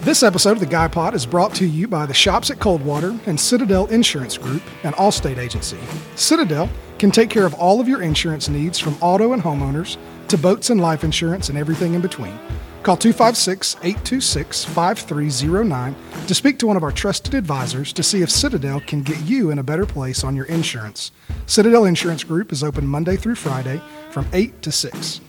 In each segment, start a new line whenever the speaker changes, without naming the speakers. This episode of the Guy Pot is brought to you by the shops at Coldwater and Citadel Insurance Group, an Allstate agency. Citadel can take care of all of your insurance needs from auto and homeowners to boats and life insurance and everything in between. Call 256 826 5309 to speak to one of our trusted advisors to see if Citadel can get you in a better place on your insurance. Citadel Insurance Group is open Monday through Friday from 8 to 6.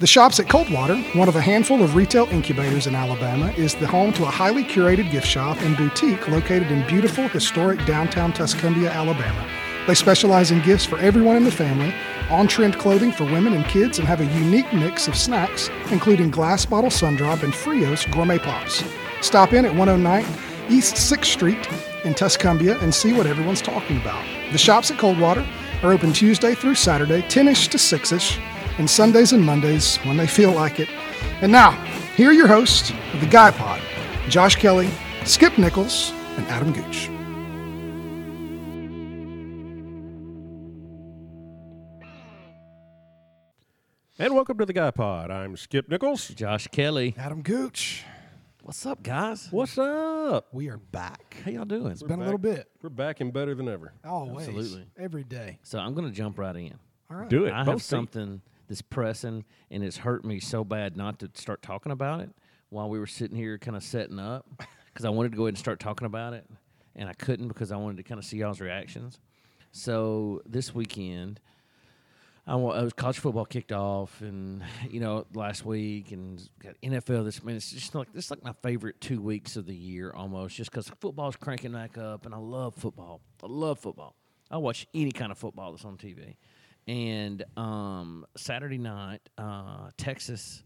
The Shops at Coldwater, one of a handful of retail incubators in Alabama, is the home to a highly curated gift shop and boutique located in beautiful, historic downtown Tuscumbia, Alabama. They specialize in gifts for everyone in the family, on trend clothing for women and kids, and have a unique mix of snacks, including glass bottle sundrop and Frios gourmet pops. Stop in at 109 East 6th Street in Tuscumbia and see what everyone's talking about. The shops at Coldwater are open Tuesday through Saturday, 10 ish to 6 ish and Sundays and Mondays when they feel like it. And now, here are your hosts of the Guy Pod Josh Kelly, Skip Nichols, and Adam Gooch.
And welcome to the Guy Pod. I'm Skip Nichols.
Josh Kelly.
Adam Gooch,
What's up, guys?
What's up?
we are back.
How y'all doing?
It's been a little bit.
We're back and better than ever.
Always.
Absolutely.
Every day.
So I'm gonna jump right in.
All right.
Do it.
I
Both
have
feet.
something that's pressing, and it's hurt me so bad not to start talking about it while we were sitting here, kind of setting up, because I wanted to go ahead and start talking about it, and I couldn't because I wanted to kind of see y'all's reactions. So this weekend, I wa- I was uh, college football kicked off, and you know last week, and got NFL this. I mean, it's just like this is like my favorite two weeks of the year almost, just because football's cranking back up, and I love football. I love football. I watch any kind of football that's on TV. And um, Saturday night, uh, Texas,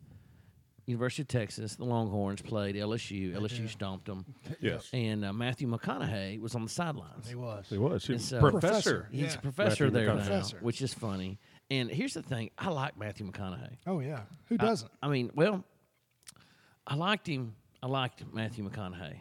University of Texas, the Longhorns played LSU. LSU stomped them.
Yes.
And uh, Matthew McConaughey was on the sidelines. He was.
It was. It was
so-
professor.
He's
Yeah.
a uh,
Matthew
professor there now,
McConaughey.
Professor.
which is funny. And here's the thing: I like Matthew McConaughey.
Oh, yeah. Who doesn't?
I mean, well, I liked him. I liked Matthew McConaughey.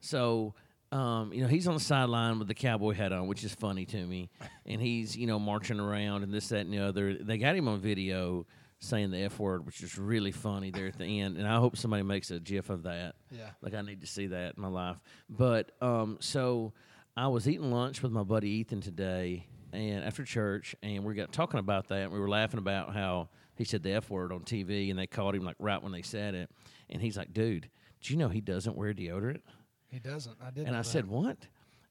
So, um, you know, he's on the sideline with the cowboy hat on, which is funny to me. And he's, you know, marching around and this, that, and the other. They got him on video saying the F word, which is really funny there at the end. And I hope somebody makes a GIF of that.
Yeah.
Like, I need to see that in my life. But um, so I was eating lunch with my buddy Ethan today and after church, and we got talking about that. And we were laughing about how he said the F word on TV and they called him like right when they said it. And he's like, dude, do you know he doesn't wear deodorant?
He doesn't. I didn't.
And I said, "What?"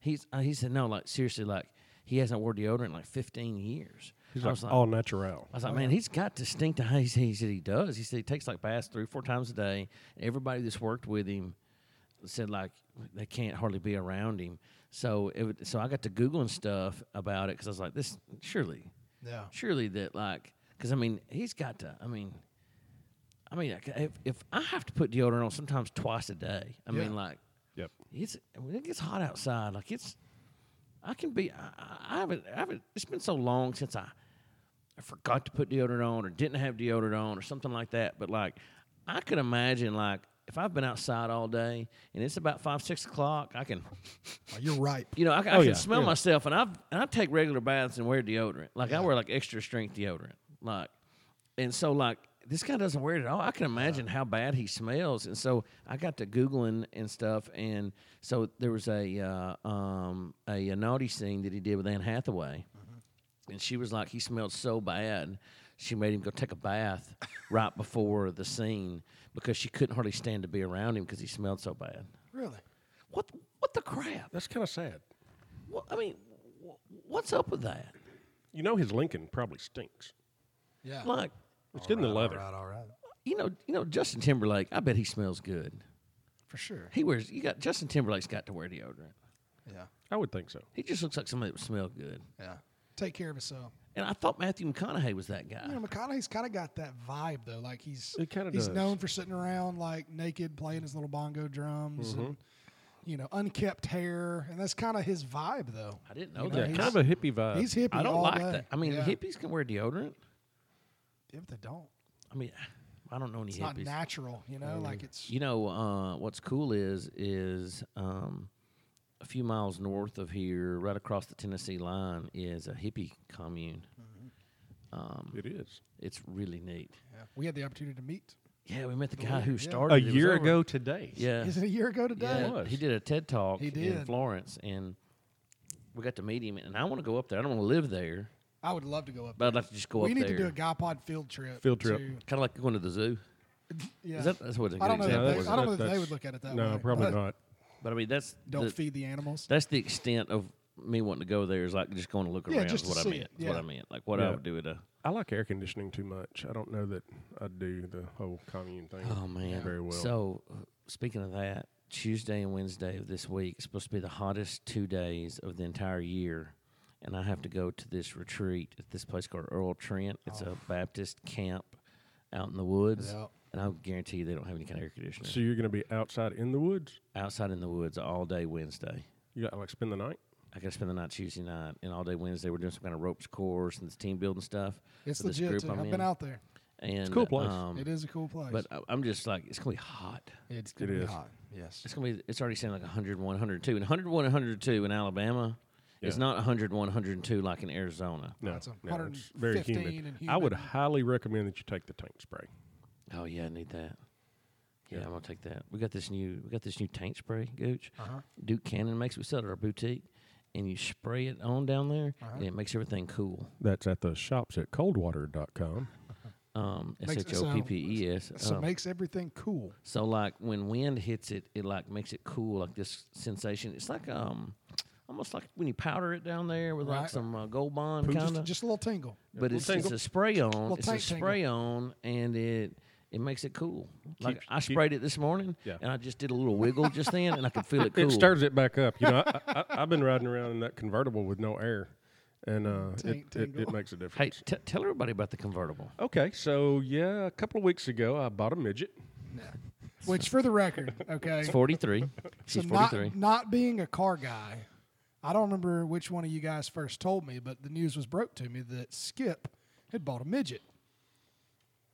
He's uh, he said, "No, like seriously, like he hasn't worn deodorant in like 15 years."
He's
I
like, "Oh,
was uh, like,
all natural.
I was like, man, he's got distinct eyes. He said he does. He said he takes like baths three, four times a day. Everybody that's worked with him said like they can't hardly be around him. So it would, so I got to googling stuff about it because I was like, this surely,
Yeah.
surely that like because I mean he's got to. I mean, I mean like, if if I have to put deodorant on sometimes twice a day, I mean like
Yep.
it's when it gets hot outside, like it's. I can be. I- I, I haven't. I haven't. It's been so long since I, I forgot to put deodorant on, or didn't have deodorant on, or something like that. But like, I could imagine like if I've been outside all day and it's about five, six o'clock, I can,
Oh, you're right.
you know, I, I
Oh,
can
yeah,
smell
yeah.
myself, and I and I take regular baths and wear deodorant. Like I wear like extra strength deodorant. Like, and so like this guy doesn't wear it at all. I can imagine how bad he smells. And so I got to googling and stuff, and so there was a uh, um, a, a naughty scene that he did with Anne Hathaway,
Mm-hmm.
and she was like, he smelled so bad. She made him go take a bath right before the scene because she couldn't hardly stand to be around him because he smelled so bad.
Really?
What what the crap?
That's kind of sad.
Well, I mean, wh- what's up with that?
You know his Lincoln probably stinks.
Yeah.
Like,
It's in the leather.
All right, all right.
you know, you know, Justin Timberlake. I bet he smells good.
For sure.
He wears. You got Justin Timberlake's got to wear deodorant.
Yeah.
I would think so.
He just looks like somebody that would smell good.
Yeah. Take care of yourself.
And I thought Matthew McConaughey was that guy.
You know, McConaughey's kind of got that vibe though. Like he's
It kinda
he's
does.
known for sitting around like naked, playing his little bongo drums, and
Mm-hmm.
you know, unkept hair, and that's kind of his vibe though.
I didn't know
You know,
Yeah,
that.
he's-
kind of a hippie vibe.
He's hippie.
I don't
all
like
day.
that. I mean,
Yeah.
hippies can wear deodorant.
If they don't,
I mean, I don't know any
it's not
hippies. Mm.
natural. You know, like it's
You know, uh, what's cool is is um, a few miles north of here, right across the Tennessee line, is a hippie commune.
Hmm.
it is.
It's really neat.
yeah. we had the opportunity to meet
Yeah, we met the guy who started
A
it. It was
year
over-
ago today.
Yeah,
Is it a year ago today?
yeah,
was.
he did a TED talk
He
in
did.
Florence, and we got to meet him. And I want to go up there. I don't want to live there,
I would love to go up
but
there.
I'd like to just go
we
up
need
there.
to do a guy pod field trip.
Field trip.
to-
kind of like going to the zoo.
yeah.
Is that that's what a good
I don't know that
example
they-
was.
I don't know
that-
that they
that's-
would look at it that
no,
way,
probably
but-
not.
But I mean, that's
Don't
the,
feed the animals.
that's the extent of me wanting to go there is like just going to look
Yeah,
around.
just
is
to
what
see
I meant.
it,
is What
yeah.
I meant. Like what I
Yeah.
would do at a.
I like air conditioning too much. I don't know that I do the whole commune thing.
Oh man.
very well.
So uh, speaking of that, Tuesday and Wednesday of this week is supposed to be the hottest two days of the entire year. And I have to go to this retreat at this place called Earl Trent. It's
Oh.
a Baptist camp out in the woods.
Yep.
And I'll guarantee you they don't have any kind of air conditioner.
so you're going to be outside in the woods?
Outside in the woods all day Wednesday.
You got to like spend the night?
I got to spend the night Tuesday night and all day Wednesday. We're doing some kind of ropes course and this team building stuff.
It's
for this
legit.
group
Too.
I'm
I've
in.
been out there.
And, it's
cool place.
It is a cool place.
But I- I'm just like, it's going to be hot.
it's gonna
It
be
is.
hot. Yes.
It's going to be, it's already saying like 101, 102. And 101, 102 in Alabama is
Yeah.
not 101, 102 like in Arizona.
No,
It's a
no it's very
115
humid.
and
I would
humid.
highly recommend that you take the tank spray.
Oh, yeah, I need that. Yeah,
Yeah.
I'm gonna take that. We got this new we got this new tank spray, Gooch.
Uh-huh.
Duke Cannon makes. We sell it at our boutique, and you spray it on down there,
Uh-huh.
and it makes everything cool.
That's at the shops at coldwater.com.
Um, S
Makes it
H
sound-
O P P E S.
So
um,
makes everything cool.
So like when wind hits it, it like makes it cool, like this sensation. It's like um, almost like when you powder it down there with
Right.
like some uh, gold bond kind
Just,
of.
just a little tingle.
But it's, it's
tingle.
a spray on. It's a
tank tingle.
spray on, and it it makes it cool. Like
Keeps-
I
keep-
sprayed it this morning,
Yeah.
and I just did a little wiggle just then, and I could feel it cool.
It stirs it back up. You know, I, I, I've been riding around in that convertible with no air, and uh, it,
Tank
it, it
tingle.
makes a
Hey,
difference.
t- tell everybody about the convertible.
Okay, so yeah, a couple of weeks ago, I bought a midget.
Which, for the record, okay,
It's forty three.
so
She's forty
not
three.
not being a car guy, I don't remember which one of you guys first told me, but the news was broke to me that Skip had bought a midget,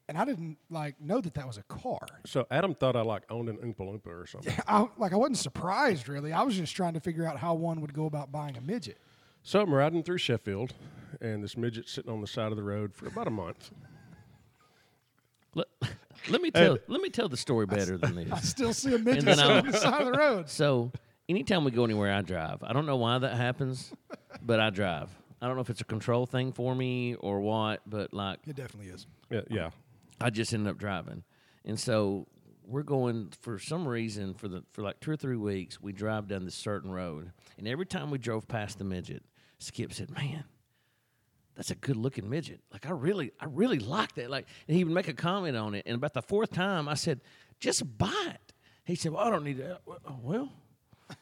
and I didn't like know that that was a car.
So Adam thought I like owned an Oompa Loompa or something.
I, like I wasn't surprised really. I was just trying to figure out how one would go about buying a midget.
So I'm riding through Sheffield, and this midget's sitting on the side of the road for about a month.
Let, let me tell let me tell the story better than this.
I still see a midget
then
sitting
I'll-
on the side of the road.
So anytime we go anywhere, I drive. I don't know why that happens, but I drive. I don't know if it's a control thing for me or what, but like
It definitely is.
Yeah, yeah.
I just ended up driving. And so we're going for some reason for the for like two or three weeks, we drive down this certain road. And every time we drove past the midget, Skip said, Man, that's a good looking midget. Like I really, I really like that. Like and he would make a comment on it. And about the fourth time I said, just buy it. He said, Well, I don't need that. Well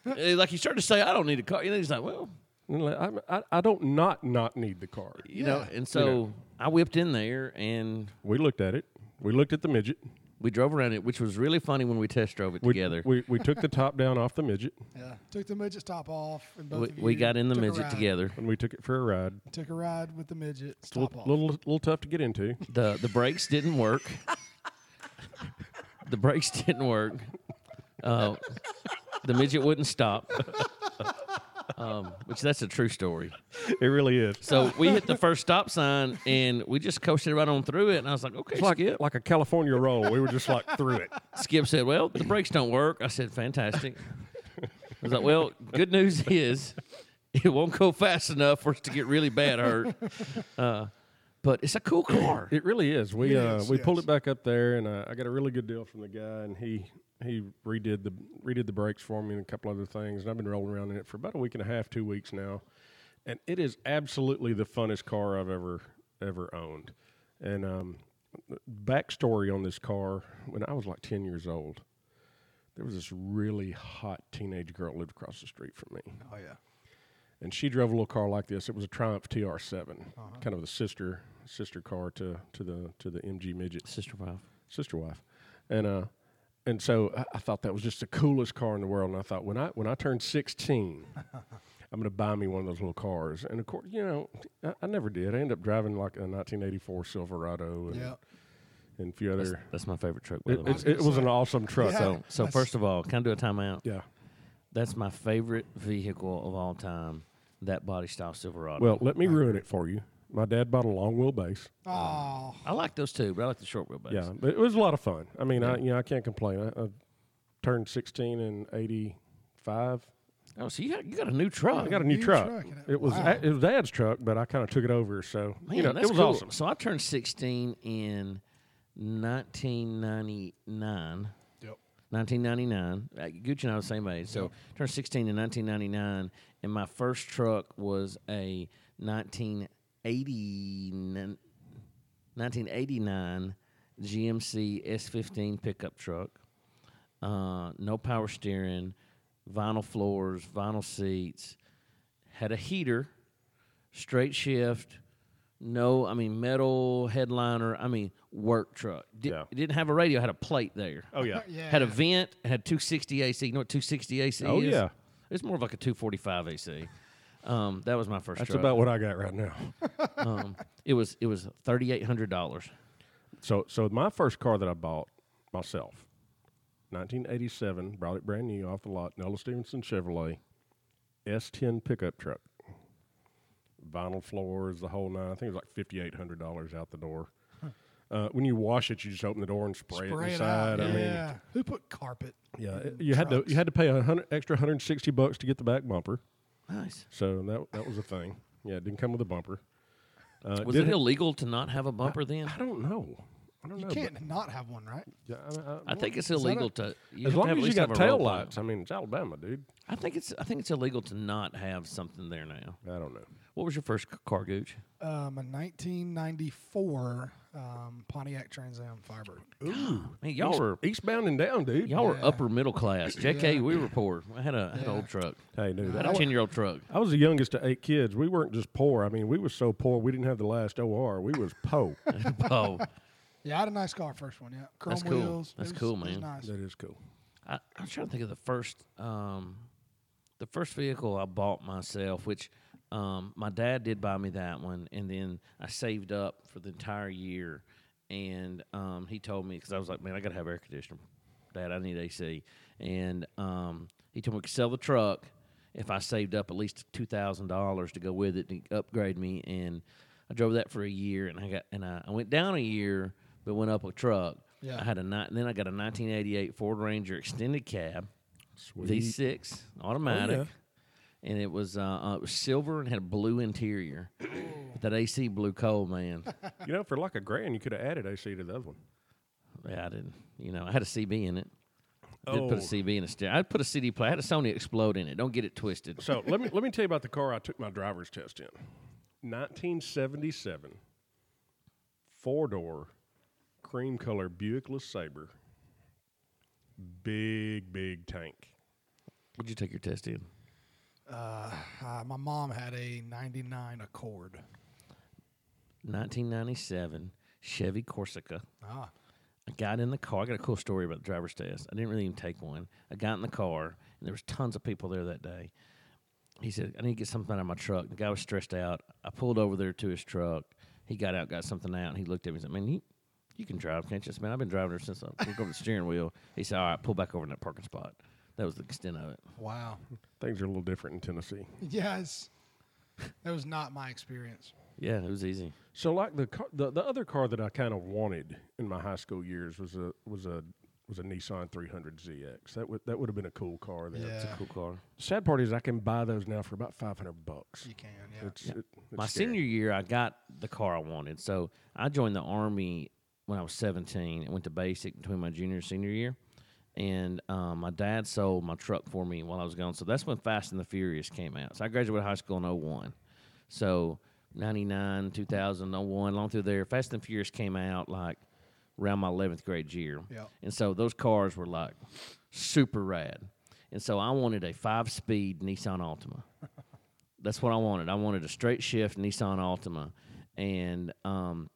eh, like he started to say, I don't need a car. And he's like, Well,
And like, I'm- I, I don't not not need the car.
you know, and so I whipped in there and
We looked at it. We looked at the midget.
we drove around it, which was really funny when we test drove it
We,
together.
We, we took the top down off the midget,
Yeah. Took the midget's top off and both
we,
of
we
you
got in the
took a
midget
ride.
together.
and we took it for a ride.
Took a ride with the midget
It's a
top
little,
off.
little, little tough to get into.
The the brakes didn't work. the brakes didn't work. Uh, the midget wouldn't stop. Um, which that's a true story.
It really is.
So we hit the first stop sign and we just coasted right on through it. And I was like, okay,
It's like,
Skip.
like a California roll. We were just like through it.
Skip said, well, the brakes don't work. I said, fantastic. I was like, well, good news is it won't go fast enough for us to get really bad hurt. Uh, but it's a cool car.
It really is. We
It
uh,
is,
we pulled
yes.
it back up there, and uh, I got a really good deal from the guy, and he he redid the redid the brakes for me and a couple other things, and I've been rolling around in it for about a week and a half, two weeks now, and it is absolutely the funnest car I've ever ever owned. And um, backstory on this car: when I was like ten years old, there was this really hot teenage girl lived across the street from me
Oh yeah.
and she drove a little car like this. It was a Triumph TR7, kind of the sister sister car to to the to the MG midget
Sister wife.
sister wife, and uh, and so I, I thought that was just the coolest car in the world. And I thought when I when I turned sixteen, I'm gonna buy me one of those little cars. And of course, you know, I, I never did. I ended up driving like a 1984 Silverado and,
Yeah.
and a few other.
That's my favorite truck. By
It,
the way.
it, it was an awesome truck.
Yeah.
though.
So, so first of all, can I do a timeout?
yeah.
That's my favorite vehicle of all time. That body style Silverado.
Well, let me ruin it for you. My dad bought a long wheelbase.
Oh,
I like those too, but I like the short wheelbase.
Yeah, but it was a lot of fun. I mean, I you know I can't complain. I, I turned sixteen in eighty five.
Oh, so you got, Oh, you got a new truck.
I got a new,
New
truck.
truck.
It was
Wow.
it was Dad's truck, but I kind of took it over. So
Man,
you know,
that's
it was
cool.
awesome.
So I turned 16 in 1999.
Yep.
1999. Uh, Gucci and I were the same age. So turned 16 in 1999, and my first truck was a 1989 1989 GMC S15 pickup truck. Uh, no power steering, vinyl floors, vinyl seats. Had a heater, straight shift. No, I mean metal headliner. I mean work truck. Di-
Yeah.
It didn't have a radio. It had a plate there.
Oh yeah,
yeah.
Had a vent, had 260 AC. You know what 260 AC
Oh,
is?
yeah.
It's more of like a 245 AC. Um, that was my first
that's
truck.
about what I got right now.
um, it was it was $3800.
So so my first car that I bought myself, 1987, brought it brand new off the lot, Nola Stevenson Chevrolet, S10 pickup truck, vinyl floors, the whole nine. I think it was like fifty eight hundred dollars out the door. Uh, when you wash it, you just open the door and spray,
Spray
it
it out.
inside. I mean,
yeah. Who put carpet?
yeah, it- you had to you had to pay a hundred extra hundred sixty bucks to get the back bumper.
Nice.
So that that was a thing. Yeah, it didn't come with a bumper. Uh,
Was
did
it illegal to not have a bumper then?
I don't know. I don't
You
know. but-
can't not have one, right?
Yeah, I- I-
I think it's
that
illegal
a-
to. You have
as
to
long
have
as
at
you
least
got
have a roll
tail
plate.
lights. I mean, it's Alabama, dude.
I think it's. I think it's illegal to not have something there now.
I don't know.
What was your first c- car, Gooch?
Um, a 1994 um, Pontiac Trans Am Firebird.
Man, y'all were
eastbound and down, dude.
y'all were upper middle class. JK, we were poor. I had a I had an old truck.
Hey, dude.
I
that-
had a ten year old truck.
I was the youngest of eight kids. We weren't just poor. I mean, we were so poor we didn't have the last OR. We was po. that
Oh,
Yeah, I had a nice car first one. Yeah, chrome
That's cool.
wheels.
That's
it was,
cool,
it was
man.
nice.
is cool.
I, I'm trying to think of the first, um, the first vehicle I bought myself, which um, my dad did buy me that one, and then I saved up for the entire year, and um, he told me because I was like, man, I gotta have air conditioner, Dad, I need AC, and um, he told me we could sell the truck if I saved up at least two thousand dollars to go with it to upgrade me, and I drove that for a year, and I got and I, I went down a year, but went up a truck.
Yeah.
I had a ni- then I got a 1988 Ford Ranger extended cab,
Sweet.
V6 automatic, and it was uh, uh, it was silver and had a blue interior. But that AC blew cold, man.
You know, for like a grand, you could have added AC to the other one.
yeah, I didn't. You know, I had a CB in it. I did put
Oh.
a CB in a stereo. I put a CD player. I had a Sony Explode in it. Don't get it twisted.
So let me let me tell you about the car I took my driver's test in. 1977, four door, cream color Buick LeSabre, big big tank.
Would you take your test in?
Uh, my mom had a 99 Accord.
1997 Chevy Corsica.
Ah,
I got in the car. I got a cool story about the driver's test. I didn't really even take one. I got in the car, and there was tons of people there that day. He said, "I need to get something out of my truck." The guy was stressed out. I pulled over there to his truck. He got out, got something out, and he looked at me and said, "Man, you, you can drive, can't you?" I said, "Man, I've been driving her since I took over the steering wheel." He said, "All right, pull back over in that parking spot." That was the extent of it.
wow.
Things are a little different in Tennessee.
Yes, that was not my experience.
Yeah, it was easy.
So, like the car, the, the other car that I kind of wanted in my high school years was a was a was a Nissan 300 ZX. That would that would have been a cool car. There.
Yeah,
Cool car.
Sad part is I can buy those now for about 500 bucks.
you can. Yeah,
It's, it- it's
my
scary.
senior year, I got the car I wanted. So I joined the army when I was 17 and went to basic between my junior and senior year. And um, my dad sold my truck for me while I was gone. So that's when Fast and the Furious came out. So I graduated high school in 01. So 99, 2000, 01, long oh through there. Fast and Furious came out like around my 11th grade year.
Yep.
And so those cars were like super rad. And so I wanted a five speed Nissan Altima. That's what I wanted. I wanted a straight shift Nissan Altima, and um,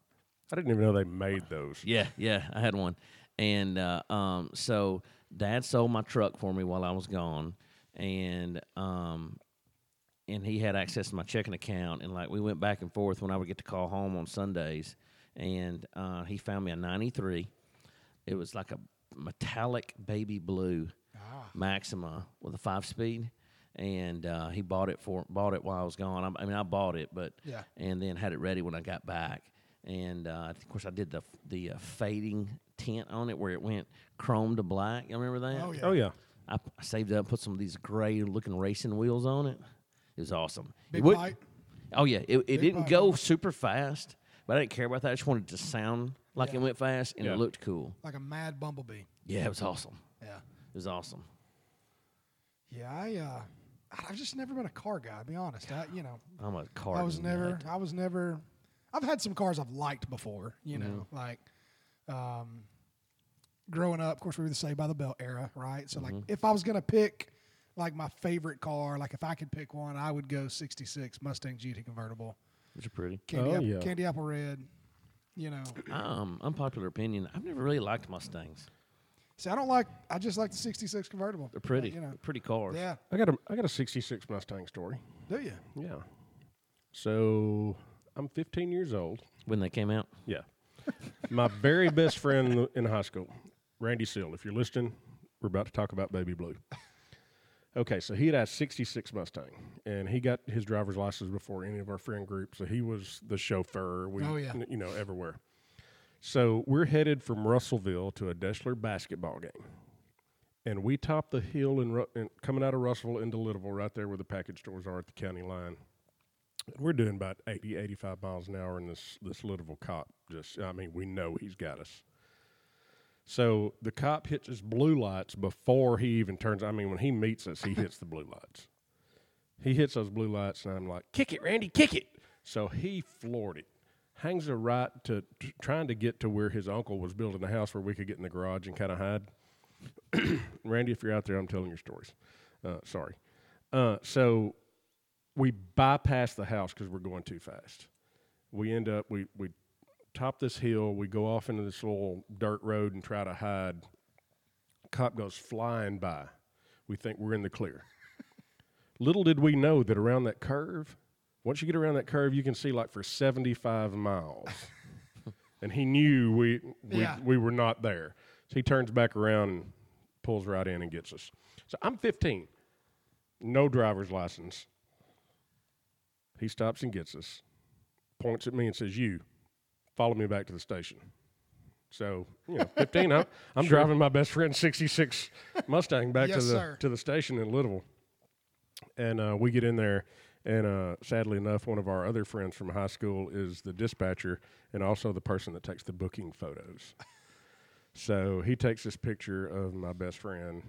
I didn't even know they made those.
yeah, yeah, I had one, and uh, um, so Dad sold my truck for me while I was gone, and um, and he had access to my checking account, and like we went back and forth when I would get to call home on Sundays, and uh, he found me a '93. It was like a metallic baby blue Maxima with a five speed, and uh, he bought it for bought it while I was gone. I, I mean, I bought it, but
Yeah.
and then had it ready when I got back. And uh, of course, I did the the uh, fading tint on it where it went chrome to black. You remember that?
Oh, yeah.
Oh yeah.
I, I saved up, put some of these gray looking racing wheels on it. It was awesome.
Big
it would-
bite.
Oh yeah, it, it didn't
bite,
go super fast, but I didn't care about that. I just wanted it to sound like it went fast and
Yeah.
it looked cool.
like a mad bumblebee.
Yeah, it was awesome.
Yeah.
It was awesome.
Yeah, I uh, I- I've just never been a car guy. I'll be honest. I, you know,
I'm a car.
I was
nut.
never. I was never. I've had some cars I've liked before. You know,
Mm-hmm.
like um, growing up. Of course, we were the Saved by the Bell era, right? So,
Mm-hmm.
like, if I was gonna pick like my favorite car, like if I could pick one, I would go '66 Mustang GT convertible,
Which are pretty.
candy,
Oh,
apple,
yeah.
candy apple red. You know,
Um, unpopular opinion. I've never really liked Mustangs.
see, I don't like. I just like the '66 convertible.
They're pretty.
You know,
They're pretty cars.
yeah.
I got a I got a '66 Mustang story.
Do you?
Yeah. So I'm 15 years old.
When they came out.
Yeah. My very best friend in the- in high school, Randy Seal. If you're listening, we're about to talk about Baby Blue. Okay, so he had a 66 Mustang, and he got his driver's license before any of our friend group. So he was the chauffeur. We,
Oh, yeah.
You know, everywhere. So we're headed from Russellville to a Deschler basketball game. And we topped the hill in, Ru- in coming out of Russellville into Littleville, right there where the package stores are at the county line. And we're doing about 80, 85 miles an hour, and this, this Littleville cop just, I mean, we know he's got us. So the cop hits his blue lights before he even turns. I mean, when he meets us, he hits the blue lights. He hits those blue lights, and I'm like, kick it, Randy, kick it. So he floored it. Hangs a right to t- trying to get to where his uncle was building a house where we could get in the garage and kind of hide. Randy, if you're out there, I'm telling your stories. Uh, sorry. Uh, so we bypass the house because we're going too fast. We end up we we top this hill. We go off into this little dirt road and try to hide. Cop goes flying by. We think we're in the clear. Little did we know that around that curve, once you get around that curve, you can see like for 75 miles. and he knew we we,
Yeah.
we were not there. So he turns back around and pulls right in and gets us. So I'm 15, no driver's license. He stops and gets us, points at me and says, "You, follow me back to the station." So, you know, 15, I'm, I'm driving my best friend's 66 Mustang back
Yes,
to the
sir.
to the station in Little. And uh, we get in there, and uh, sadly enough, one of our other friends from high school is the dispatcher and also the person that takes the booking photos. so he takes this picture of my best friend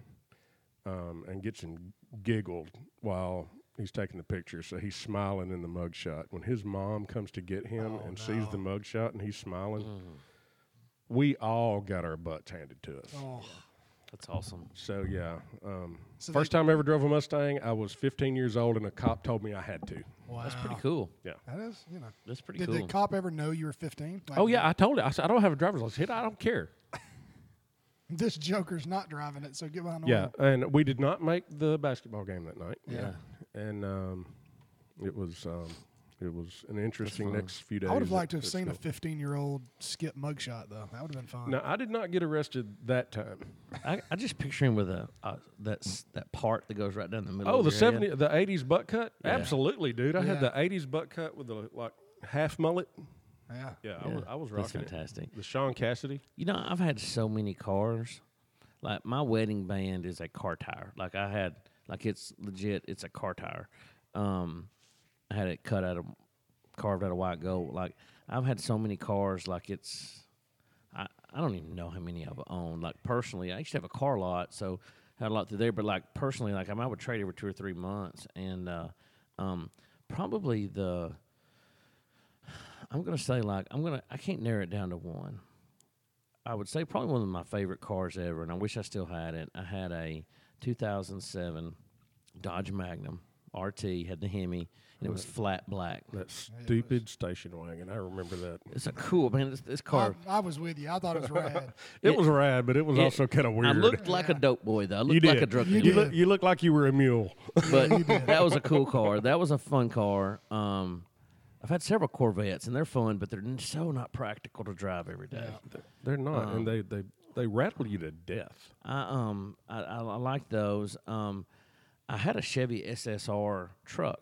um, and gets him giggled while he's taking the picture. So he's smiling in the mugshot. When his mom comes to get him and sees the mugshot and he's smiling, we all got our butts handed to us.
Oh,
That's awesome.
So yeah, um,
So
first time I ever drove a Mustang, I was 15 years old, and a cop told me I had to.
wow.
That's pretty cool.
Yeah.
That is, you know.
That's pretty
Did
cool.
the cop ever know you were 15? Like,
Oh yeah, I told it. I said I don't have a driver's license. Hit, I don't care.
This Joker's not driving it, so get behind the
Yeah,
wheel.
and we did not make the basketball game that night.
Yeah.
and um, it was um, it was an interesting next few days.
I would have liked to
at-
have
at
seen a
school.
15 year old skip mugshot, though. That would have been fun.
No, I did not get arrested that time.
I, I just picture him with a uh, that s- that part that goes right down the middle.
Oh,
of
the
your
seventy,
head.
the '80s butt cut. Absolutely, dude. I had
Yeah.
the '80s butt cut with the like half mullet.
Yeah.
Yeah, I
Yeah,
was I was
that's
rocking it.
fantastic.
The Sean Cassidy.
You know, I've had so many cars. Like my wedding band is a car tire. Like I had, like it's legit. It's a car tire. Um, I had it cut out of, carved out of white gold. Like I've had so many cars. Like it's, I I don't even know how many I've owned. Like personally, I used to have a car lot, so had a lot through there. But like personally, like I, mean, I would trade every two or three months, and uh, um, probably the. I'm gonna say like I'm gonna I can't narrow it down to one. I would say probably one of my favorite cars ever, and I wish I still had it. I had a 2007 Dodge Magnum RT, had the Hemi, and it was flat black.
That stupid station wagon. I remember that.
It's a cool man. This, this car.
I, I was with you. I thought it was rad.
It,
It-
was rad, but it was
it-
also kind of weird.
I looked like a dope boy though. I
you
looked
did.
like a drug
you,
dealer.
look, you looked like you were a mule.
but that was a cool car. That was a fun car. Um, I've had several Corvettes, and they're fun, but they're n- so not practical to drive every day.
They're not, and
Uh-huh.
they they they rattle you to death.
I um I, I, I like those. Um, I had a Chevy SSR truck.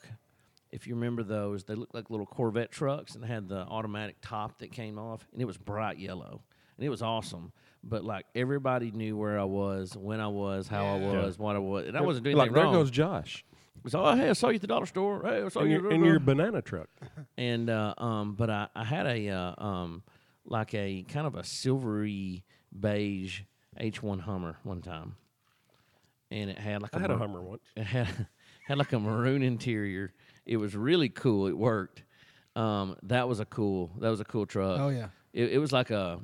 If you remember those, they looked like little Corvette trucks and had the automatic top that came off, and it was bright yellow, and it was awesome. But like everybody knew where I was, when I was, how I was, what I was, and I wasn't doing
like
anything
there
wrong.
goes Josh.
so oh, hey, I saw you at the dollar store. Hey, I saw
in
you
your,
at the
in
dollar
your banana truck.
and uh, um, but I, I had a uh, um, like a kind of a silvery beige H1 Hummer one time, and it had like
I had a
mar-
Hummer once.
It had had like a maroon interior. It was really cool. It worked. Um, that was a cool. That was a cool truck.
Oh, yeah.
It, it was like a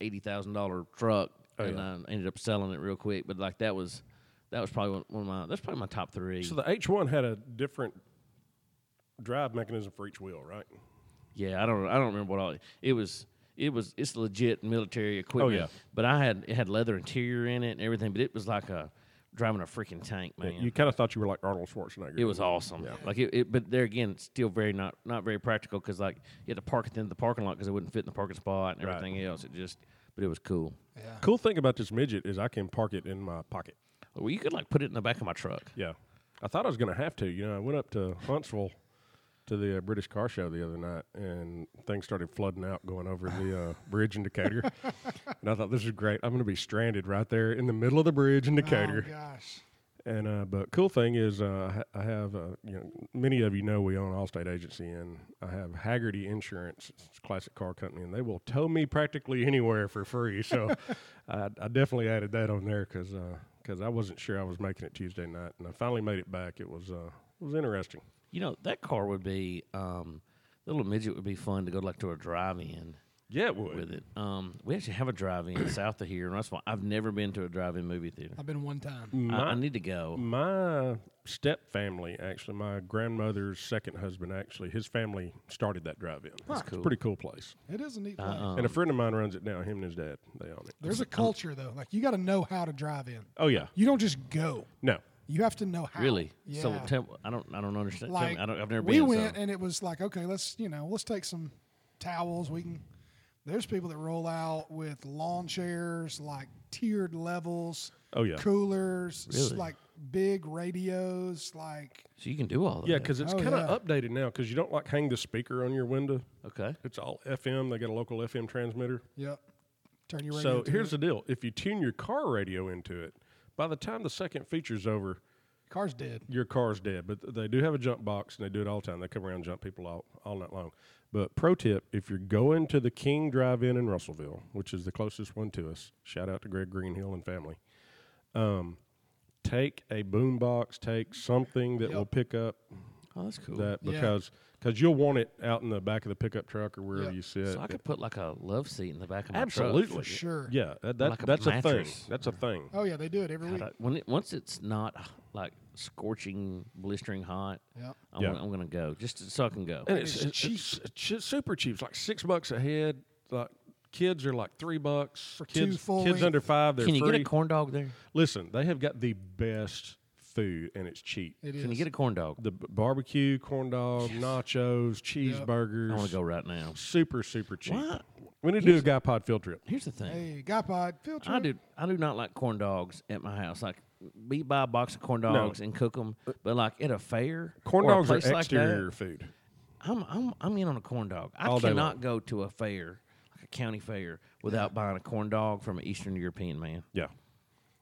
eighty thousand dollar truck,
Oh,
and I ended up selling it real quick. But like that was that was probably one- one of my that's probably my top three.
So the H1 had a different drive mechanism for each wheel, right?
Yeah, I don't I don't remember what all it was. It was it's legit military equipment.
Oh,
yeah.
But I had it had leather interior in it and everything. But it was like a driving a freaking tank, man.
You kind of thought you were like Arnold Schwarzenegger.
it was awesome. Like it, it, but there again, it's still very not not very practical because like you had to park it in the parking lot because it wouldn't fit in the parking spot and
Right.
everything else. It just, but it was cool.
Cool thing about this midget is I can park it in my pocket.
Well, you could like put it in the back of my truck.
Yeah. I thought I was going to have to. You know, I went up to Huntsville to the uh, British car show the other night, and things started flooding out going over the uh, bridge in Decatur. and I thought, this is great. I'm going to be stranded right there in the middle of the bridge in Decatur.
Oh, gosh.
and uh, but cool thing is, uh, I ha- I have uh, you know many of you know we own Allstate agency, and I have Haggerty Insurance, it's a classic car company, and they will tow me practically anywhere for free. So I, I definitely added that on there because I wasn't sure I was making it Tuesday night, and I finally made it back. It was uh, it was interesting.
You know that car would be um, the little midget would be fun to go like to a drive-in.
Yeah,
with it. Um, we actually have a drive-in south of here, and that's why I've never been to a drive-in movie theater.
I've been one time.
I, I need to go.
My step family, actually, my grandmother's second husband, actually, his family started that drive-in. It's a pretty cool Um, place,
It is a neat place.
and a friend of mine runs it now. Him and his dad, they own it.
There's a culture, though. Like, you got to know how to drive in.
Oh yeah,
You don't just go.
no.
You have to know how.
Really?
Yeah.
So tell, I don't. I don't understand. tell me.
like
I don't. I've never
we
been.
went
so.
and it was like, okay, let's you know, let's take some towels. We can. There's people that roll out with lawn chairs, like tiered levels.
Oh, yeah.
Coolers, s-
Really?
like big radios, like
so you can do all that.
Yeah, because it's
Oh,
kind of
yeah.
updated now. Because you don't like hang the speaker on your window.
okay.
It's all FM. They got a local FM transmitter.
yep. Turn your radio.
So
to
here's
it.
the deal: if you tune your car radio into it, by the time the second feature's over,
car's dead.
your car's dead. But th- they do have a jump box, and they do it all the time. They come around and jump people all, all night long. But pro tip: if you're going to the King Drive-In in Russellville, which is the closest one to us, shout out to Greg Greenhill and family. Um, take a boom box. Take something that will pick up
Oh, that's cool.
that
Yeah.
because because you'll want it out in the back of the pickup truck or wherever
Yeah.
you sit.
so I could put like a love seat in the back of my
Absolutely,
truck.
sure.
Yeah, that, that-
Like a
that's a thing.
mattress.
That's a thing.
Oh yeah, they do it every week.
But I- When it, once it's not like scorching, blistering hot,
Yep.
I'm,
Yeah.
Gonna, I'm gonna go just to- so I can go.
And it's, it's cheap, super cheap. It's like six bucks a head. Like kids are like three bucks. For
two
kids,
full
kids
length.
under five, they're
Can you
free.
get a corn dog there?
Listen, they have got the best food and it's cheap.
It is.
Can you get a corn dog?
The b- barbecue, corn dog, nachos, cheeseburgers.
I want to go right now.
Super, super cheap.
What?
We need to do a guy pod field trip.
Here's the thing.
Hey, guy pod filter.
I do. I do not like corn dogs at my house. Like, we buy a box of corn dogs and cook them. But like at a fair,
Uh, Corn
or a
dogs are
place like that,
exterior food.
I'm, I'm I'm in on a corn dog. I
All day long.
cannot go to a fair, like a county fair, without buying a corn dog from an Eastern European man.
Yeah.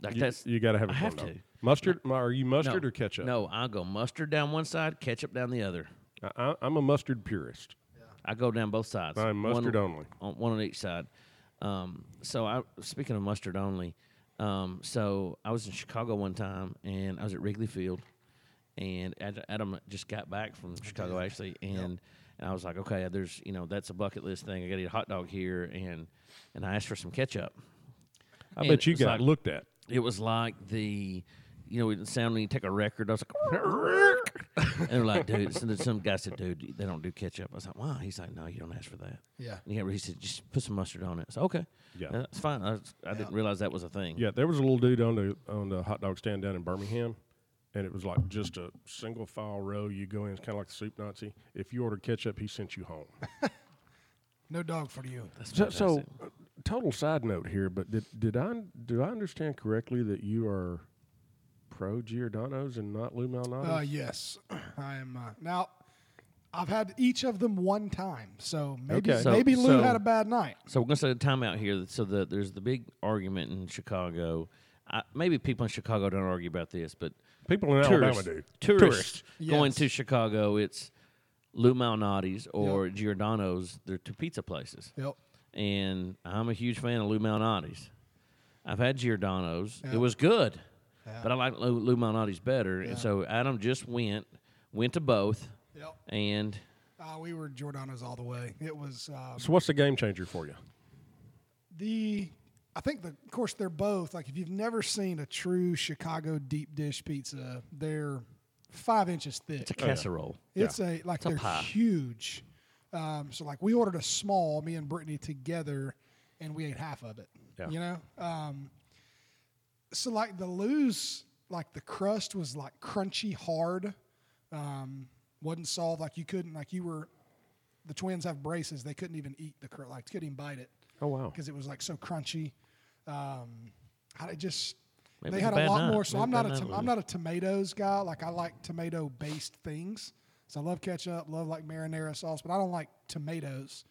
Like
You,
that's
you got to have a
I
corn
have
dog.
to.
Mustard? my- Are you
No.
mustard or ketchup?
No, I go mustard down one side, ketchup down the other.
I- I, I'm a mustard purist.
I go down both sides.
I'm mustard
one,
only.
On, one on each side. Um, so I speaking of mustard only. Um, so I was in Chicago one time, and I was at Wrigley Field, and Ad- Adam just got back from Chicago actually, and, and I was like, okay, there's you know that's a bucket list thing. I got to eat a hot dog here, and and I asked for some ketchup.
I
And
bet you
it was
got
like-
looked at.
It was like the, you know, it sound when you take a record. I was like, and they're like, dude. So then some guy said, dude, they don't do ketchup. I was like, wow. He's like, no, you don't ask for that.
Yeah.
And he, had- he said, just put some mustard on it. So okay.
Yeah.
And That's fine. I, was- I didn't realize that was a thing.
Yeah, there was a little dude on the on the hot dog stand down in Birmingham, and it was like just a single file row. You go in, it's kind of like the soup Nazi. If you ordered ketchup, he sent you home.
No dog for you.
so, so, uh, total side note here, but did did I do I understand correctly that you are pro Giordano's and not Lou Malnati's?
Uh, yes, I am. Uh, now, I've had each of them one time, so maybe
Okay. So-
maybe Lou
so-
had a bad night.
So we're gonna set a timeout here. So the, there's the big argument in Chicago. I, maybe people in Chicago don't argue about this, but
People in
tourists,
Alabama do.
tourists going
Yes.
to Chicago, it's Lou Malnati's or Giordano's. They're two pizza places.
Yep.
And I'm a huge fan of Lou Malnati's. I've had Giordano's.
Yeah.
It was good,
Yeah.
but I like Lou, Lou Malnati's better.
Yeah.
And so Adam just went went to both,
Yep.
and
Uh, we were Giordano's all the way. It was um,
So what's the game changer for you?
the. I think the, of course they're both like if you've never seen a true Chicago deep dish pizza, they're five inches thick.
it's a casserole.
It's a like
a
they're
pie.
huge. Um, so like we ordered a small, me and Brittany together, and we ate half of it.
Yeah.
You know. Um, so like the loose, like the crust was like crunchy hard. Um, wasn't solved like you couldn't like you were. The twins have braces; they couldn't even eat the crust. Like couldn't even bite it
Oh wow.
because it was like so crunchy. Um, I it just
Maybe
they
it's
had
a
a
bad
lot
night.
more. So
Maybe
I'm
bad
not a
night
tom-
with
I'm
it.
not a tomatoes guy. Like I like tomato based things. So I love ketchup, love like marinara sauce, but I don't like tomatoes.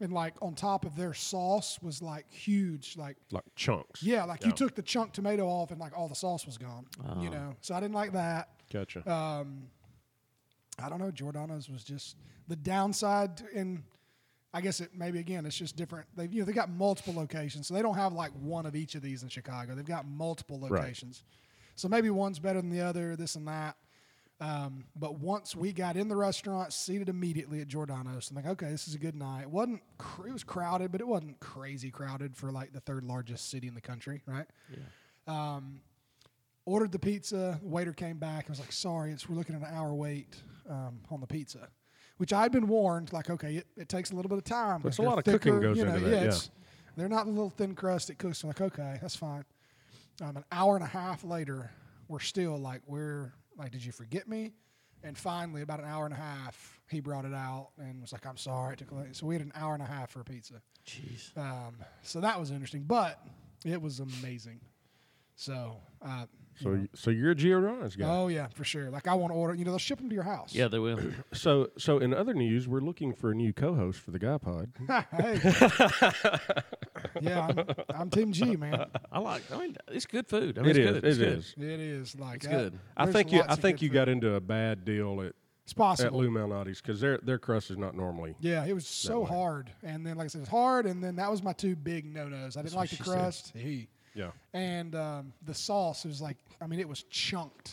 And like on top of their sauce was like huge, like
Like chunks.
yeah, like you took the chunk tomato off and like all the sauce was gone.
Ah.
You know, so I didn't like that.
Gotcha.
Uh, I don't know. Giordano's was just the downside, to- and I guess it maybe again it's just different. They have you know they got multiple locations, so they don't have like one of each of these in Chicago. They've got multiple locations, so maybe one's better than the other, this and that. Um, but once we got in the restaurant, seated immediately at Giordano's, I'm like, okay, this is a good night. It wasn't cr- it was crowded, but it wasn't crazy crowded for like the third largest city in the country, right? ordered the pizza. Waiter came back and was like, "Sorry, it's we're looking at an hour wait um, on the pizza," which I'd been warned. Like, okay, it, it takes a little bit of time.
There's
Like,
a lot
they're
of cooking goes
you
into that, yeah.
it's- they're not a little thin crust. It cooks. I'm like, okay, that's fine. Um, an hour and a half later, we're still like, we're like, did you forget me? And finally, about an hour and a half, he brought it out and was like, "I'm sorry, it took a late." So we had an hour and a half for a pizza.
Jeez.
Um, so that was interesting, but it was amazing. So uh,
so you- so you're a Giordano's guy.
Oh yeah, for sure. Like I want to order. You know, they'll ship them to your house.
Yeah, they will.
so so in other news, we're looking for a new co-host for the Guy Pod.
Hey. yeah, I'm, I'm Team G, man.
I like. I mean, it's good food. I mean,
It
it's
is.
Good. It's
It is.
good.
It is like
It's
that-
good.
I
there's
think you.
lots
I
of
think
good
you
food.
got into a bad deal at
It's
at
possible.
Lou Malnati's because their their crust is not normally.
yeah, it was so hard, and then like I said, it's hard, and then that was my two big no nos. I didn't like the
what she said.
crust, Hey.
Yeah.
and um, the sauce was like, I mean, it was chunked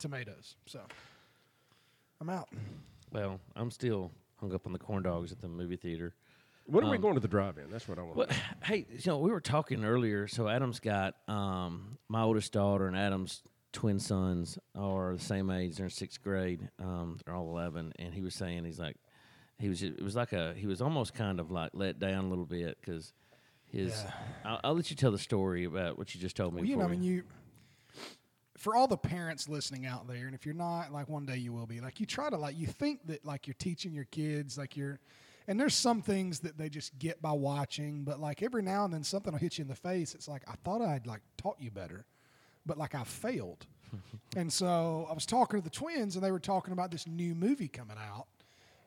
tomatoes. So I'm out.
Well, I'm still hung up on the corn dogs at the movie theater.
When are we going to the drive-in? That's what I want.
But hey, you know, we were talking earlier. So Adam's got um, my oldest daughter and Adam's twin sons are the same age. They're in sixth grade. Um, they're all eleven. And he was saying he's like, he was. It was like a. He was almost kind of like let down a little bit because his. I'll, I'll let you tell the story about what you just told me.
Well, you know, I
before
mean, you for all the parents listening out there, and if you're not, like one day you will be. Like you try to like you think that like you're teaching your kids, like you're, and there's some things that they just get by watching, but like every now and then something will hit you in the face. It's like I thought I'd like taught you better, but like I failed. and so I was talking to the twins, and they were talking about this new movie coming out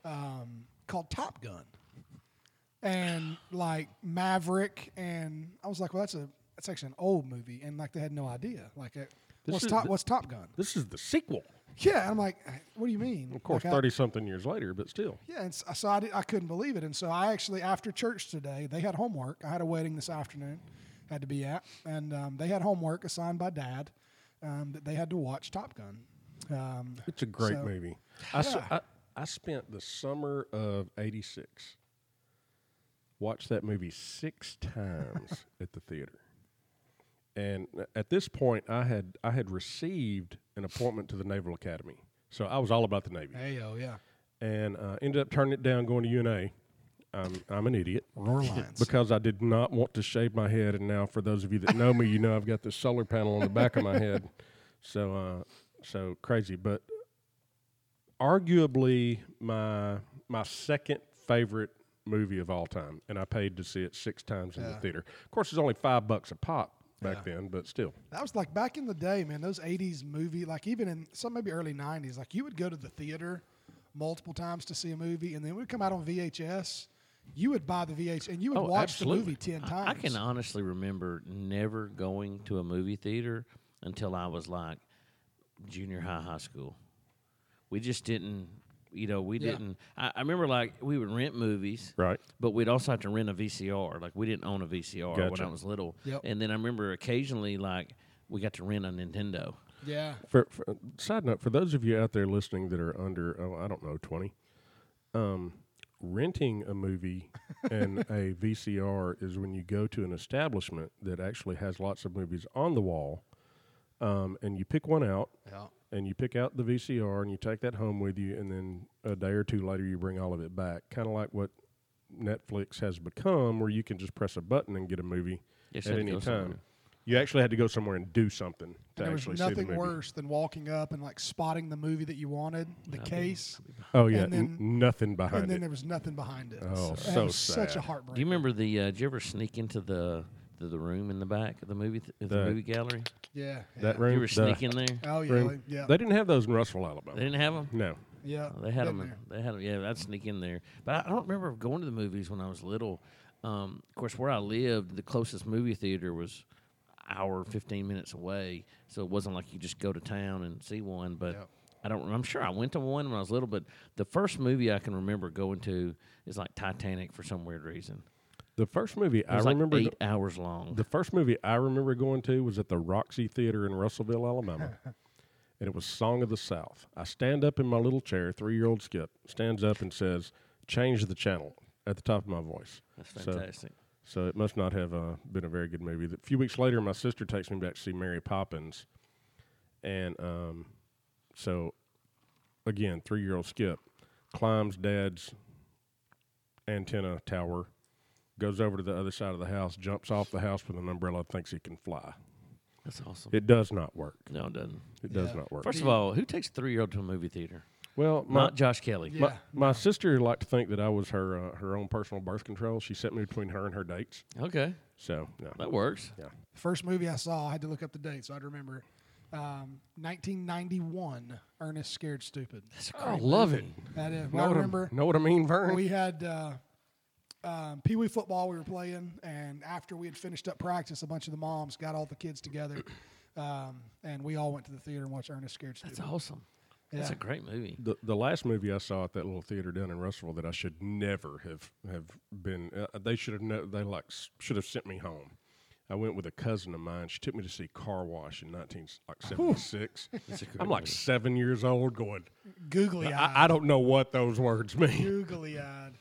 um, called Top Gun and like Maverick, and I was like, well, that's a that's actually an old movie, and like they had no idea. Like, it,
This
what's
is
Top
the-
what's Top Gun?
this is the sequel,
Yeah, and I'm like, what do you mean?
of course, thirty something years later, but still.
Yeah, and so so I, did, I couldn't believe it, and so I actually after church today, they had homework. I had a wedding this afternoon, had to be at, and um, they had homework assigned by Dad um, that they had to watch Top Gun. Um,
It's a great
So-
movie. I, s-
Yeah.
I- I spent the summer of '86 watched that movie six times at the theater, and uh, at this point, I had I had received an appointment to the Naval Academy, so I was all about the Navy,
hey, oh yeah,
and uh, ended up turning it down, going to UNA. I'm I'm an idiot
Roar Lions.
because I did not want to shave my head. And now, for those of you that know me, you know I've got this solar panel on the back of my head. So, uh, so crazy. But arguably, my my second favorite movie of all time, and I paid to see it six times in the
Yeah.
theater. Of course, it's only five bucks a pop back then, but still.
That was like back in the day, man. Those '80s movie, like even in some maybe early '90s, like you would go to the theater multiple times to see a movie, and then it would come out on VHS. You would buy the VHS and you would
Oh,
watch
absolutely.
the movie ten
I-
times.
I, can honestly remember never going to a movie theater until I was like junior high, high school. We just didn't, you know, we
Yeah.
didn't. I, I remember like we would rent movies,
Right.
But we'd also have to rent a VCR. Like we didn't own a VCR when
Gotcha.
I was little.
Yep.
And then I remember occasionally like we got to rent a Nintendo.
Yeah,
For, for side note, for those of you out there listening that are under, oh, I don't know, twenty, um, renting a movie and a VCR is when you go to an establishment that actually has lots of movies on the wall, um, and you pick one out,
Yeah.
and you pick out the VCR and you take that home with you, and then a day or two later you bring all of it back, kind of like what Netflix has become, where you can just press a button and get a movie
Yes,
at
you had to
any
go
time.
somewhere.
You actually had to go somewhere and do something to
and there was
actually see the
nothing
movie.
worse than walking up and like spotting the movie that you wanted, the case,
Oh yeah,
And then-
n- nothing behind
and then
it.
there was nothing behind it.
Oh,
That
so
was such a
sad.
heartbreak.
Do you remember the? Uh, did you ever sneak into the the, the room in the back of the movie th- of the,
The-
movie gallery?
Yeah, yeah.
That
You
room,
were
the
sneaking there.
Oh yeah,
room-
yeah,
They didn't have those in Russell, Alabama.
They didn't have them.
no,
yeah.
Uh, They had
been
them. They had 'em- Yeah, I'd sneak in there. But I I don't remember going to the movies when I was little. Um, of course, where I lived, the closest movie theater was hour fifteen minutes away, so it wasn't like you just go to town and see one. But
Yep.
I don't. I'm sure I went to one when I was little. But the first movie I can remember going to is like Titanic for some weird reason.
the first movie
It
I
was like
remember.
eight hours long.
The first movie I remember going to was at the Roxy Theater in Russellville, Alabama, and it was "Song of the South." I stand up in my little chair. Three-year-old Skip stands up and says, "Change the channel" at the top of my voice.
That's
So-
fantastic.
So it must not have uh, been a very good movie. A few weeks later, my sister takes me back to see Mary Poppins, and um, so again, three-year-old Skip climbs Dad's antenna tower, goes over to the other side of the house, jumps off the house with an umbrella, thinks he can fly.
That's awesome.
It does not work.
no, it doesn't.
It does
Yeah.
not work.
First of all, who takes a three year old to a movie theater?
well, my,
Not Josh Kelly.
Yeah.
my, my sister liked to think that I was her uh, her own personal birth control. She set me between her and her dates.
Okay,
So no,
that works.
yeah.
First movie I saw, I had to look up the date so I'd remember. it. Um, 1991, Ernest Scared Stupid.
That's a
I
great
love
movie.
it.
That is,
Know
I
what I-
remember
know what I mean, Vern?
we had uh, um, Pee Wee football we were playing, and after we had finished up practice, a bunch of the moms got all the kids together, um, and we all went to the theater and watched Ernest Scared Stupid.
That's awesome. That's a
Yeah.
great movie.
the the last movie I saw at that little theater down in Russellville that I should never have have been. Uh, they should have no, they like s- should have sent me home. I went with a cousin of mine. She took me to see Car Wash in nineteen like seventy six. I'm like seven years old, going.
Googly eyed.
I, I don't know what those words mean.
Googly eyed.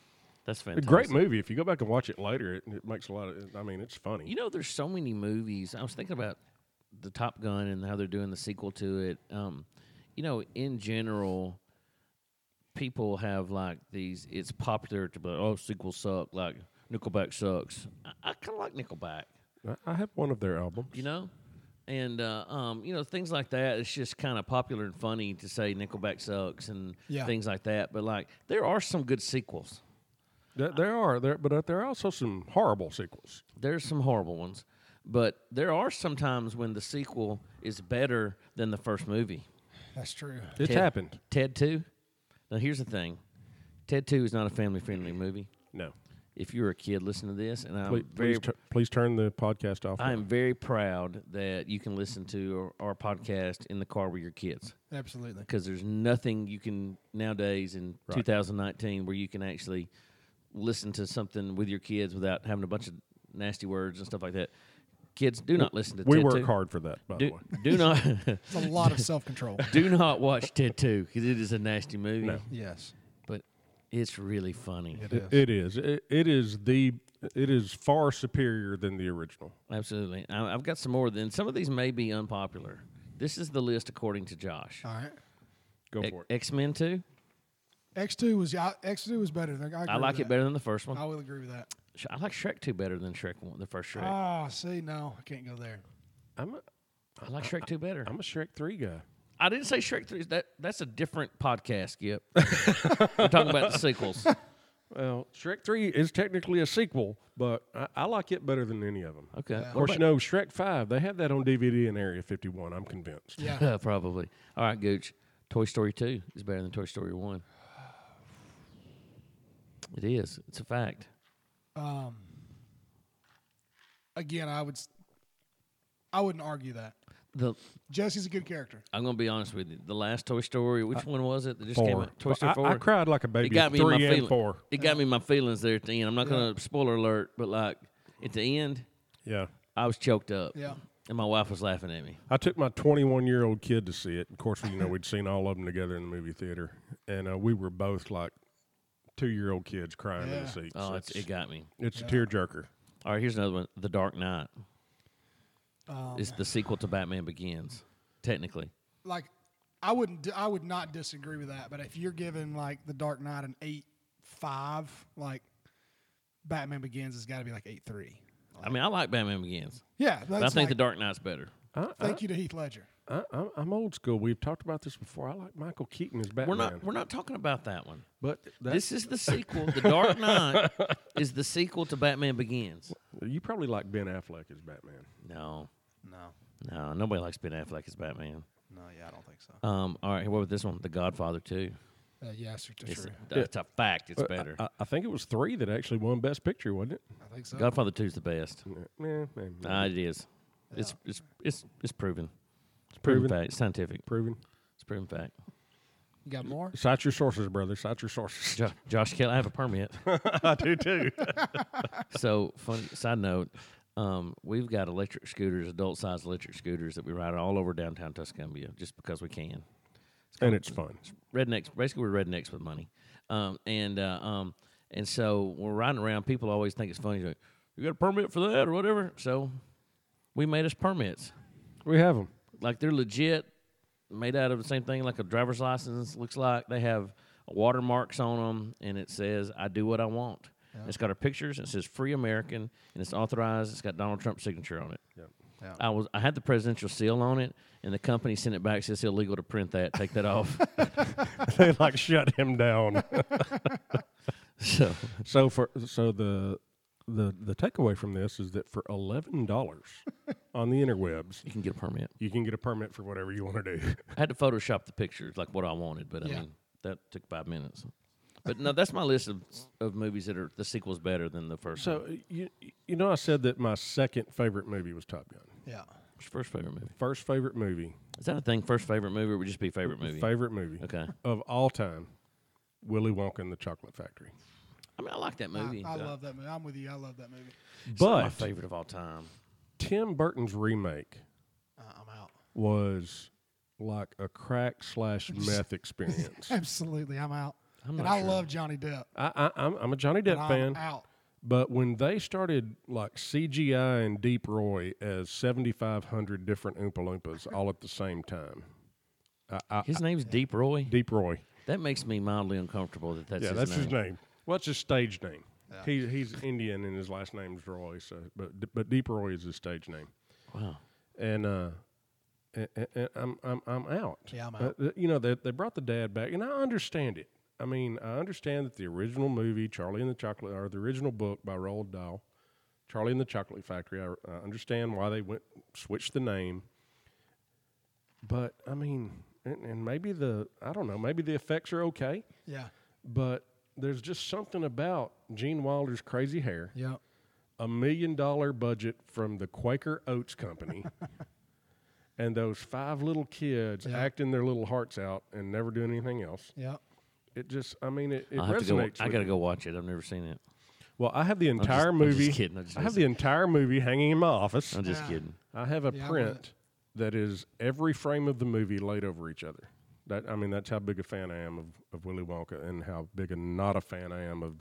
That's
A
fantastic.
great movie. If you go back and watch it later, it, it makes a lot of. I mean, it's funny.
You know, there's so many movies. I was thinking about the Top Gun and how they're doing the sequel to it. Um, you know, in general, people have like these. It's popular to be like, oh, sequels suck. Like Nickelback sucks. I, I kind of like Nickelback.
I, I have one of their albums.
You know. And uh, um, you know things like that. It's just kind of popular and funny to say Nickelback sucks and
Yeah.
things like that. But like, there are some good sequels.
There, there are there, but uh, there are also some horrible sequels.
There's some horrible ones, but there are some times when the sequel is better than the first movie.
That's true.
It's
Ted-
happened.
Ted 2. Now, here's the thing Ted 2 is not a family friendly movie.
No.
If you're a kid, listen to this, and I'm
Please,
very.
please, tur- please turn the podcast off.
I am very proud that you can listen to our, our podcast in the car with your kids
Absolutely.
because there's nothing you can nowadays in 2019 where you can actually listen to something with your kids without having a bunch of nasty words and stuff like that. Kids, do not listen to
We
Ted
work
2.
hard for that, by the
Do,
way.
do not
It's a lot of self control.
do not watch Ted 2 because it is a nasty movie,
No.
Yes.
but it's really funny.
It, it is. It, it is the. It is far superior than the original.
Absolutely. I, I've got some more. Then some of these may be unpopular. This is the list according to Josh.
All right.
Go for it.
X Men 2.
X two was yeah, X two was better. I, agree
I like
with
it
that.
better than the first one.
I will agree with that.
Sh- I like Shrek 2 better than Shrek 1, the first Shrek.
Uh,
Ah, see, no, I can't go there.
I'm. A,
I like Shrek 2 better.
I'm a Shrek three guy.
I didn't say Shrek 3. That, that's a different podcast, Skip. We're talking about the sequels.
Well, Shrek Three is technically a sequel, but I, I like it better than any of them.
Okay.
Of
Uh, What
course, you
about-
know Shrek Five. They had that on DVD in Area 51. I'm convinced.
Yeah.
Probably. All right, Gooch. Toy Story 2 is better than Toy Story 1. It is. It's a fact.
Again, I would. s- I wouldn't argue that.
The
Jesse's a good character.
I'm going to be honest with you. The last Toy Story, which one was it that just came
Four.
out? Toy Story
I-
4.
I cried like a baby
It got
at
me in my
three and
feelings.
four.
It got me in my feelings there at the end. I'm not going to spoiler alert, but like at the end,
Yeah.
I was choked up.
Yeah.
And my wife was laughing at me.
I took my 21 year old kid to see it. Of course, you know, we'd seen all of them together in the movie theater, and uh, we were both like two year old kids crying in
Yeah.
the seats.
Oh, it's,
it's
it got me.
it's a tearjerker.
All right, here's another one. The Dark Knight. it's the sequel to Batman Begins, technically.
Like, I wouldn't. di- I would not disagree with that. But if you're giving like The Dark Knight an eight five, like Batman Begins has got to be like eight three.
I mean, I like Batman Begins.
Yeah,
But I
that's
think The
like,
Dark Knight's better.
Oh,
thank you to Heath Ledger.
I, I'm, I'm old school. We've talked about this before. I like Michael Keaton as Batman.
We're not we're not talking about that one.
but that,
this is the sequel. The Dark Knight is the sequel to Batman Begins.
you probably like Ben Affleck as Batman.
No,
No,
no, nobody likes Ben Affleck as Batman.
no, yeah, I don't think so.
Um, all right, what about this one? The Godfather Two.
Uh, yes, for
It's,
sure.
that's a fact. It's better.
I, I think it was three that actually won Best Picture, wasn't it?
I think so.
Godfather Two is the best.
Yeah, yeah, yeah,
Nah, it is. It's it's it's it's proven. It's
proven.
proven fact. It's scientific.
Proven.
It's proven fact.
You got more?
Cite your sources, brother. Cite your sources.
Jo- Josh Kelly, I have a permit.
I do too.
so, fun side note, um, we've got electric scooters, adult sized electric scooters that we ride all over downtown Tuscumbia just because we can.
and it's fun.
rednecks. Basically, we're rednecks with money, um, and uh, um, and so we're riding around. People always think it's funny. Like, you got a permit for that or whatever. So we made us permits.
We have them.
Like they're legit, made out of the same thing. Like a driver's license looks like. They have watermarks on them, and it says "I do what I want." And It's got our pictures. And it says "Free American," and it's authorized. It's got Donald Trump's signature on it. I was I had the presidential seal on it, and the company sent it back. Says it's illegal to print that. Take that off.
they like shut him down.
so.
So for so the the the takeaway from this is that for eleven dollars on the interwebs,
You can get a permit.
you can get a permit for whatever you want to do.
I had to Photoshop the pictures, like what I wanted, but
Yeah.
I mean that took five minutes. But no, that's my list of, of movies that are the sequel's better than the first. one.
So uh, you you know I said that my second favorite movie was Top Gun.
Yeah.
What's your first favorite movie
First favorite movie,
is that a thing? First favorite movie or would just be favorite movie?
favorite movie
Okay.
of all time, Willy Wonka and the Chocolate Factory.
I mean, I like that
I,
movie.
I
but
love that movie. I'm with you. I love that movie.
it's not my
But
favorite of all time.
Tim Burton's remake
Uh, I'm out.
was like a crack slash meth experience.
Absolutely, I'm out.
I'm
and
not
I
sure.
love Johnny Depp.
I, I, I'm, I'm a Johnny Depp
but I'm
fan.
out.
But when they started like CGI and Deep Roy as 7,500 different Oompa Loompas all at the same time,
His name's Deep Roy.
Deep Roy.
That makes me mildly uncomfortable. That that's
yeah,
his
that's
name.
his name. What's his stage name? He's he's Indian and his last name's Roy. So, but but Deep Roy is his stage name.
Wow.
And uh, and, and I'm I'm I'm out.
Yeah, I'm
Uh,
out.
th- you know they they brought the dad back, and I understand it. I mean, I understand that the original movie Charlie and the Chocolate, or the original book by Roald Dahl, Charlie and the Chocolate Factory. I, I understand why they went switched the name, but I mean, and, and maybe the I don't know, maybe the effects are okay
Yeah.
but there's just something about Gene Wilder's crazy hair,
Yeah.
a million dollar budget from the Quaker Oats Company, and those five little kids
Yeah.
acting their little hearts out and never doing anything else.
Yeah.
It just, I mean, it, it
I'll have to go.
resonates.
I
with
gotta
me.
go watch it. I've never seen it.
Well, I have the
just-
entire
I'm just
movie.
kidding. I'm just
I have the entire movie hanging in my office.
I'm just
Yeah.
kidding.
I have a
Yeah, I want
print that is every frame of the movie laid over each other. That I mean, that's how big a fan I am of, of Willy Wonka, and how big a not a fan I am of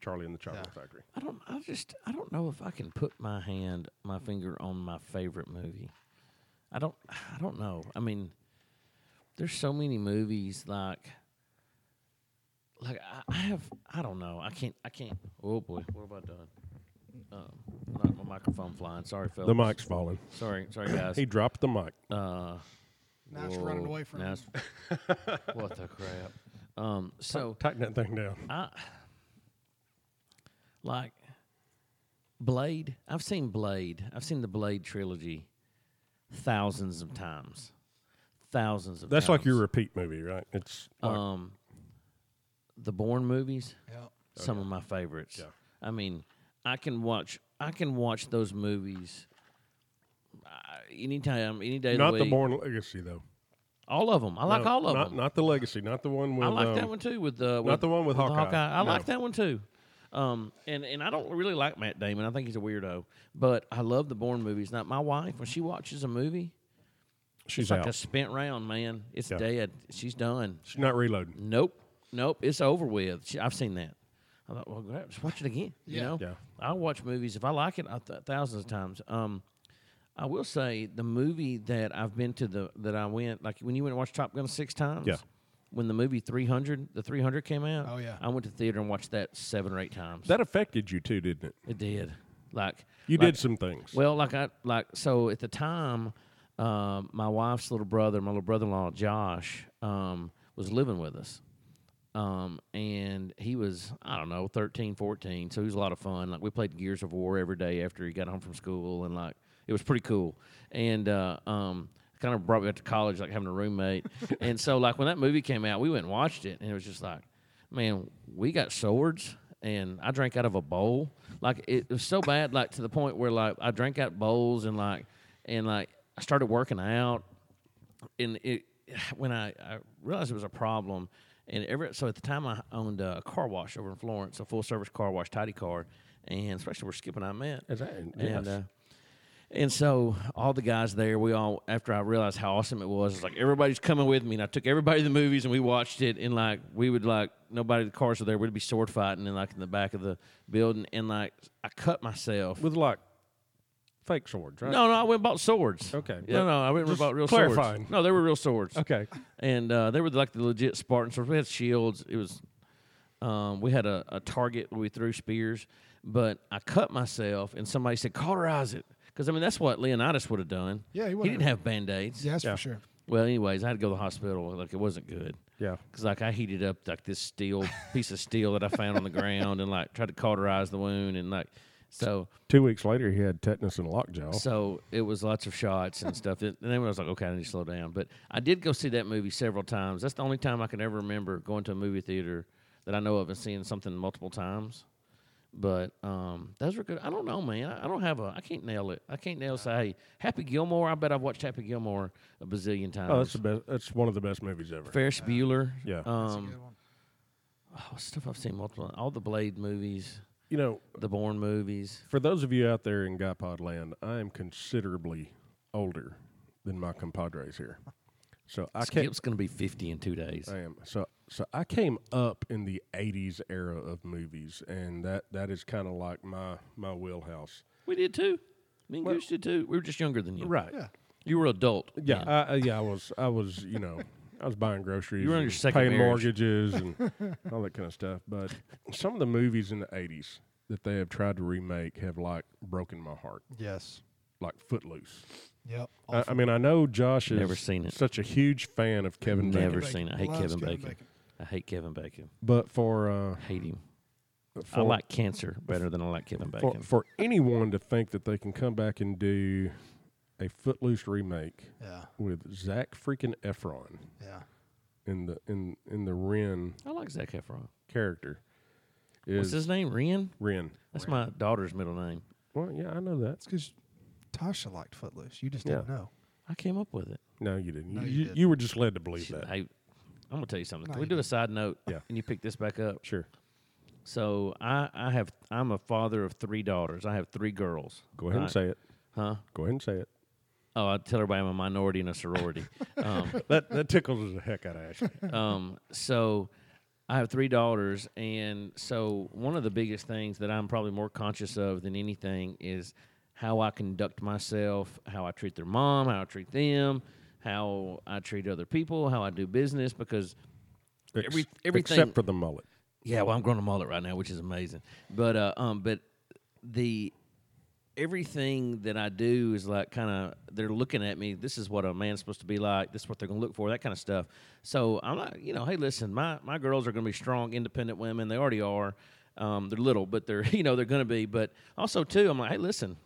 Charlie and the Chocolate Factory.
I don't. I just. I don't know if I can put my hand, my finger on my favorite movie. I don't. I don't know. I mean, there's so many movies like. Like I, I have. I don't know. I can't. I can't. Oh boy, what have I done? Um, knocked my microphone flying. Sorry, fellas.
The mic's falling.
Sorry, sorry, guys.
He dropped the mic.
uh,
Now it's running
whoa,
away from
now
me.
it's- what the crap? Um. So
Tighten that thing down.
I Like Blade, I've seen Blade. I've seen the Blade trilogy thousands of times. Thousands of
That's
times.
like your repeat movie, right? It's like,
um the Bourne movies.
Yeah.
Some of my favorites.
Oh, Yeah.
I mean, I can watch I can watch those movies uh, anytime, any day
not
of the
the
week.
Born Legacy though.
All of them. I like
No,
all of
not,
them.
Not the Legacy, not the one with.
I like that
um,
one too. With the with,
the one with Hawkeye.
I
No.
like that one too. Um, and and I don't really like Matt Damon. I think he's a weirdo. But I love the Bourne movies. Now my wife, when she watches a movie,
She's
it's like
out.
a spent round, man. It's
Yeah.
dead. She's done.
She's not reloading.
Nope, nope. It's over with. She, I've seen that. I thought, well, great, just watch it again. You
Yeah.
know,
Yeah.
I watch movies if I like it I th- thousands of times. Um, I will say the movie that I've been to the that I went like when you went and watched Top Gun six times.
Yeah.
When the movie three hundred, the three hundred came out.
Oh, yeah.
I went to the theater and watched that seven or eight times.
That affected you too, didn't it?
it did. Like
You
like-
did some things.
well, like I like so at the time, um, my wife's little brother, my little brother-in-law Josh, um, was living with us, um, and he was I don't know 13, 14, so he was a lot of fun. Like we played Gears of War every day after he got home from school, and like it was pretty cool. And uh, um, kind of brought me up to college, like having a roommate. and so like when that movie came out, we went and watched it, and it was just like, man, we got swords and I drank out of a bowl. Like it was so bad, like to the point where like I drank out bowls and like and like I started working out, and it when I, I realized it was a problem, and every so at the time I owned a car wash over in Florence, a full service car wash, tidy car, and especially where Skip and I met.
Exactly, yes.
And uh, and so all the guys there, we all after I realized how awesome it was, it's like everybody's coming with me, and I took everybody to the movies and we watched it, and like we would like nobody the cars were there, we'd be sword fighting and like in the back of the building, and like I cut myself.
with like fake swords, right?
No, no, I went and bought swords.
Okay,
No,
but
no, I went and
just
bought real
clarifying.
swords. No, they were real swords.
Okay.
And uh, they were like the legit Spartan swords. We had shields. It was, um, we had a, a target where we threw spears, but I cut myself and somebody said, cauterize it. Because, I mean, that's what Leonidas would have done.
Yeah, he
He
would've-
didn't have band aids.
Yeah, that's
Yeah.
for sure.
Well, anyways, I had to go to the hospital. Like, it wasn't good.
Yeah.
Because, like, I heated up, like, this steel piece of steel that I found on the ground and, like, tried to cauterize the wound. And, like, so.
Two weeks later, he had tetanus and lockjaw.
So it was lots of shots and stuff. And then I was like, okay, I need to slow down. But I did go see that movie several times. That's the only time I can ever remember going to a movie theater that I know of and seeing something multiple times. But um, those were good. I don't know, man. I I don't have a. I can't nail it. I can't nail. Say, hey, Happy Gilmore. I bet I've watched Happy Gilmore a bazillion times.
Oh, that's the best. That's one of the best movies ever.
Ferris Bueller.
Yeah.
Um, oh, stuff I've seen multiple. All the Blade movies,
You know,
the Bourne movies.
for those of you out there in Guy Pod land, I am considerably older than my compadres here. So I can't.
Skip's gonna be fifty in two days.
I am. So so I came up in the '80s era of movies, and that that is kind of like my my wheelhouse.
We did too. Me and Goose did too. We were just younger than you.
Right.
Yeah.
You were adult.
Yeah,
then.
I, I- yeah, I was, I was, you know, I was buying groceries,
You were on
and
your second
paying
marriage.
mortgages and all that kind of stuff. But some of the movies in the '80s that they have tried to remake have like broken my heart,
Yes.
like Footloose.
Yep.
I, I mean, I know Josh is
Never seen it.
such a huge fan of Kevin
Never
Bacon,
seen it. I hate
Loves
Kevin,
Kevin
Bacon.
Bacon.
I hate Kevin Bacon.
but for uh,
Hate him.
for,
I like cancer better than I like
for,
Kevin Bacon.
for anyone to think that they can come back and do a Footloose remake
Yeah.
with Zach freaking Efron
Yeah.
in the in in the Ren
I like Zach Efron.
character
What's
is
his name? Ren.
Ren.
That's my daughter's middle name.
Well, yeah, I know that.
It's because Tasha liked Footloose. You just
Yeah.
didn't know.
I came up with it.
No, you didn't.
No,
you,
you
you,
didn't.
you were just led to believe
She-
that.
hey, I'm gonna tell you something.
No,
Can we
you
do a
didn't.
side note?
Yeah.
And you pick this back up.
Sure.
So I, I have I'm a father of three daughters. I have three girls.
Go ahead and
right?
say it.
Huh?
Go ahead and say it.
Oh, I tell everybody I'm a minority in a sorority. um,
That that tickles the heck out of Ashley.
um, so I have three daughters, and so one of the biggest things that I'm probably more conscious of than anything is how I conduct myself, how I treat their mom, how I treat them, how I treat other people, how I do business, because
Ex-
Every- everything-
except for the mullet.
yeah, well, I'm growing a mullet right now, which is amazing. But uh, um, but the everything that I do is like kind of they're looking at me. This is what a man's supposed to be like. This is what they're gonna look for. That kind of stuff. So I'm like, you know, hey, listen, my my girls are gonna be strong, independent women. They already are. Um, they're little, but they're you know they're going to be. But also too, I'm like, hey, listen,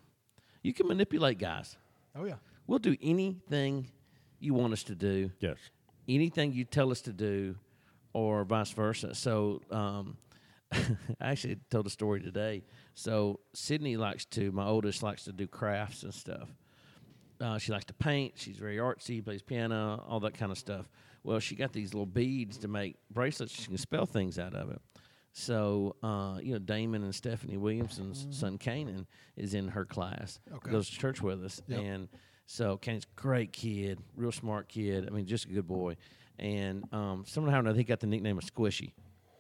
you can manipulate guys.
Oh yeah.
We'll do anything you want us to do
Yes.
anything you tell us to do or vice versa. So, um, I actually told a story today. So, Sydney likes to, my oldest likes to do crafts and stuff. Uh, she likes to paint. She's very artsy, plays piano, all that kind of stuff. Well, she got these little beads to make bracelets. She can spell things out of it. So, uh, you know, Damon and Stephanie Williamson's son, Kanan, is in her class.
Okay.
Goes to church with us. And so Kane's a great kid, real smart kid. I mean, just a good boy. And um, somehow or another, he got the nickname of Squishy.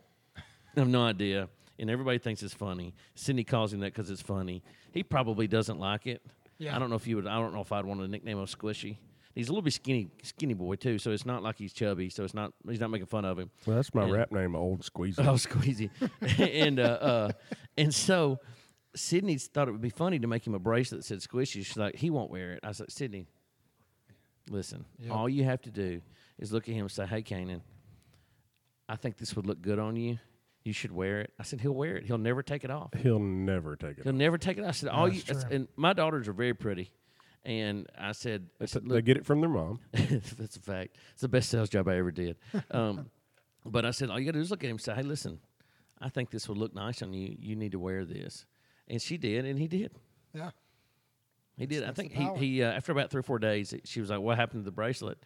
I have no idea. And everybody thinks it's funny. Sydney calls him that because it's funny. He probably doesn't like it.
Yeah.
I don't know if you would. I don't know if I'd want to nickname him Squishy. He's a little bit skinny, skinny boy too. So it's not like he's chubby. So it's not. He's not making fun of him.
Well, that's my
And-
rap name, Old Squeezy.
Oh, squeezy. and uh, uh, and so Sydney thought it would be funny to make him a bracelet that said squishy. She's like, he won't wear it. I was like, Sydney, listen, all you have to do is look at him and say, hey, Kanan, I think this would look good on you. You should wear it. I said, he'll wear it. He'll never take it off.
He'll never take it.
He'll never take it off. I said, all you,
that's true.
and my daughters are very pretty. And I said, I said
They get it from their mom.
that's a fact. It's the best sales job I ever did. Um, but I said, all you got to do is look at him and say, hey, listen, I think this would look nice on you. You need to wear this. And she did, and he did.
Yeah.
He did. I
that's the
think he,
power.
he uh, after about three or four days, she was like, what happened to the bracelet?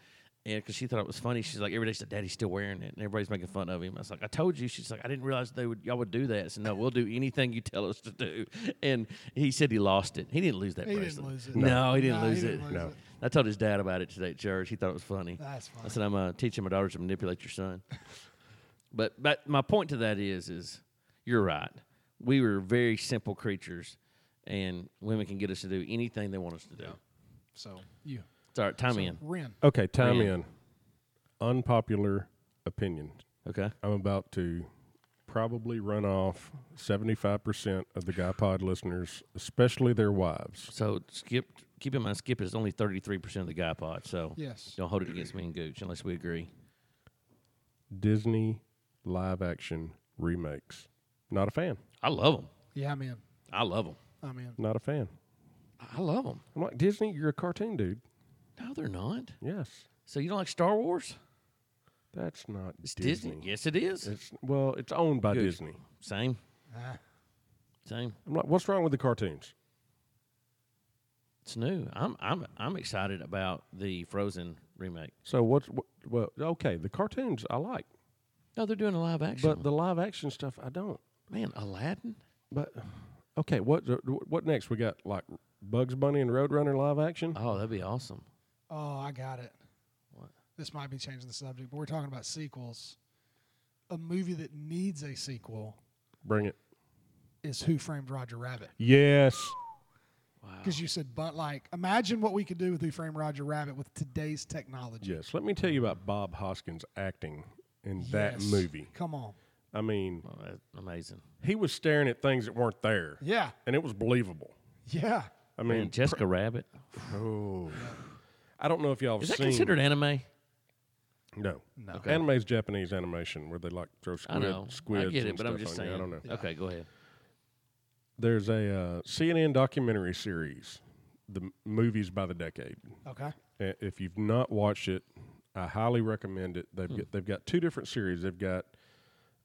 And because she thought it was funny, she's like, every day she's like, Daddy's still wearing it. And everybody's making fun of him. I was like, I told you. She's like, I didn't realize they would, y'all would do that. So, no, we'll do anything you tell us to do. And he said he lost it. He didn't lose that
He didn't
bracelet.
lose it.
No, he didn't
No, he
lose
didn't
it.
lose No. it.
I told his dad about it today at church. He thought it was funny.
That's
I
funny.
said, I'm uh, teaching my daughters to manipulate your son. but, but my point to that is, is you're right. We were very simple creatures, and women can get us to do anything they want us to do.
So you.
Sorry, time in.
Ren.
Okay, time
Really?
in. Unpopular opinion.
Okay.
I'm about to probably run off 75% of the Guy Pod listeners, especially their wives.
So skip. Keep in mind, Skip is only thirty three percent of the guy pod. So
Yes.
don't hold it against me and Gooch unless we agree.
Disney live action remakes. Not a fan.
I love them.
Yeah, I'm in.
I love them.
I'm in.
Not a fan.
I love them.
I'm like, Disney, you're a cartoon dude.
No, they're not.
Yes.
So you don't like Star Wars?
That's not
It's Disney.
Disney.
Yes, it is.
It's well, it's owned by
Good.
Disney.
Same.
Ah,
Same.
I'm like, what's wrong with the cartoons?
It's new. I'm I'm I'm excited about the Frozen remake.
So what's what, well, okay, the cartoons I like,
No, Oh, they're doing a live action.
but the live action stuff I don't.
man, Aladdin.
But okay, what uh, what next? We got like Bugs Bunny and Roadrunner live action.
Oh, that'd be awesome.
Oh, I got it. This might be changing the subject, but we're talking about sequels. A movie that needs a sequel
Bring it.
is Who Framed Roger Rabbit.
Yes.
Because you said, but like, imagine what we could do with Who Framed Roger Rabbit with today's technology.
Yes. Let me tell you about Bob Hoskins acting in that
Yes.
movie.
Come on.
I mean,
Oh, that's amazing.
he was staring at things that weren't there.
Yeah.
And it was believable.
Yeah.
I
Man,
mean,
Jessica Rabbit.
oh. I don't know if y'all have
Is that
seen
considered anime?
No.
No.
Anime's Anime is Japanese animation where they like throw
I
squid,
know.
squids
I get it,
and
but I'm
stuff
just
on
saying.
you. I don't know.
Okay, go ahead.
There's a uh, CNN documentary series, the m- movies by the decade.
Okay.
A- If you've not watched it, I highly recommend it. They've got, they've got two different series. They've got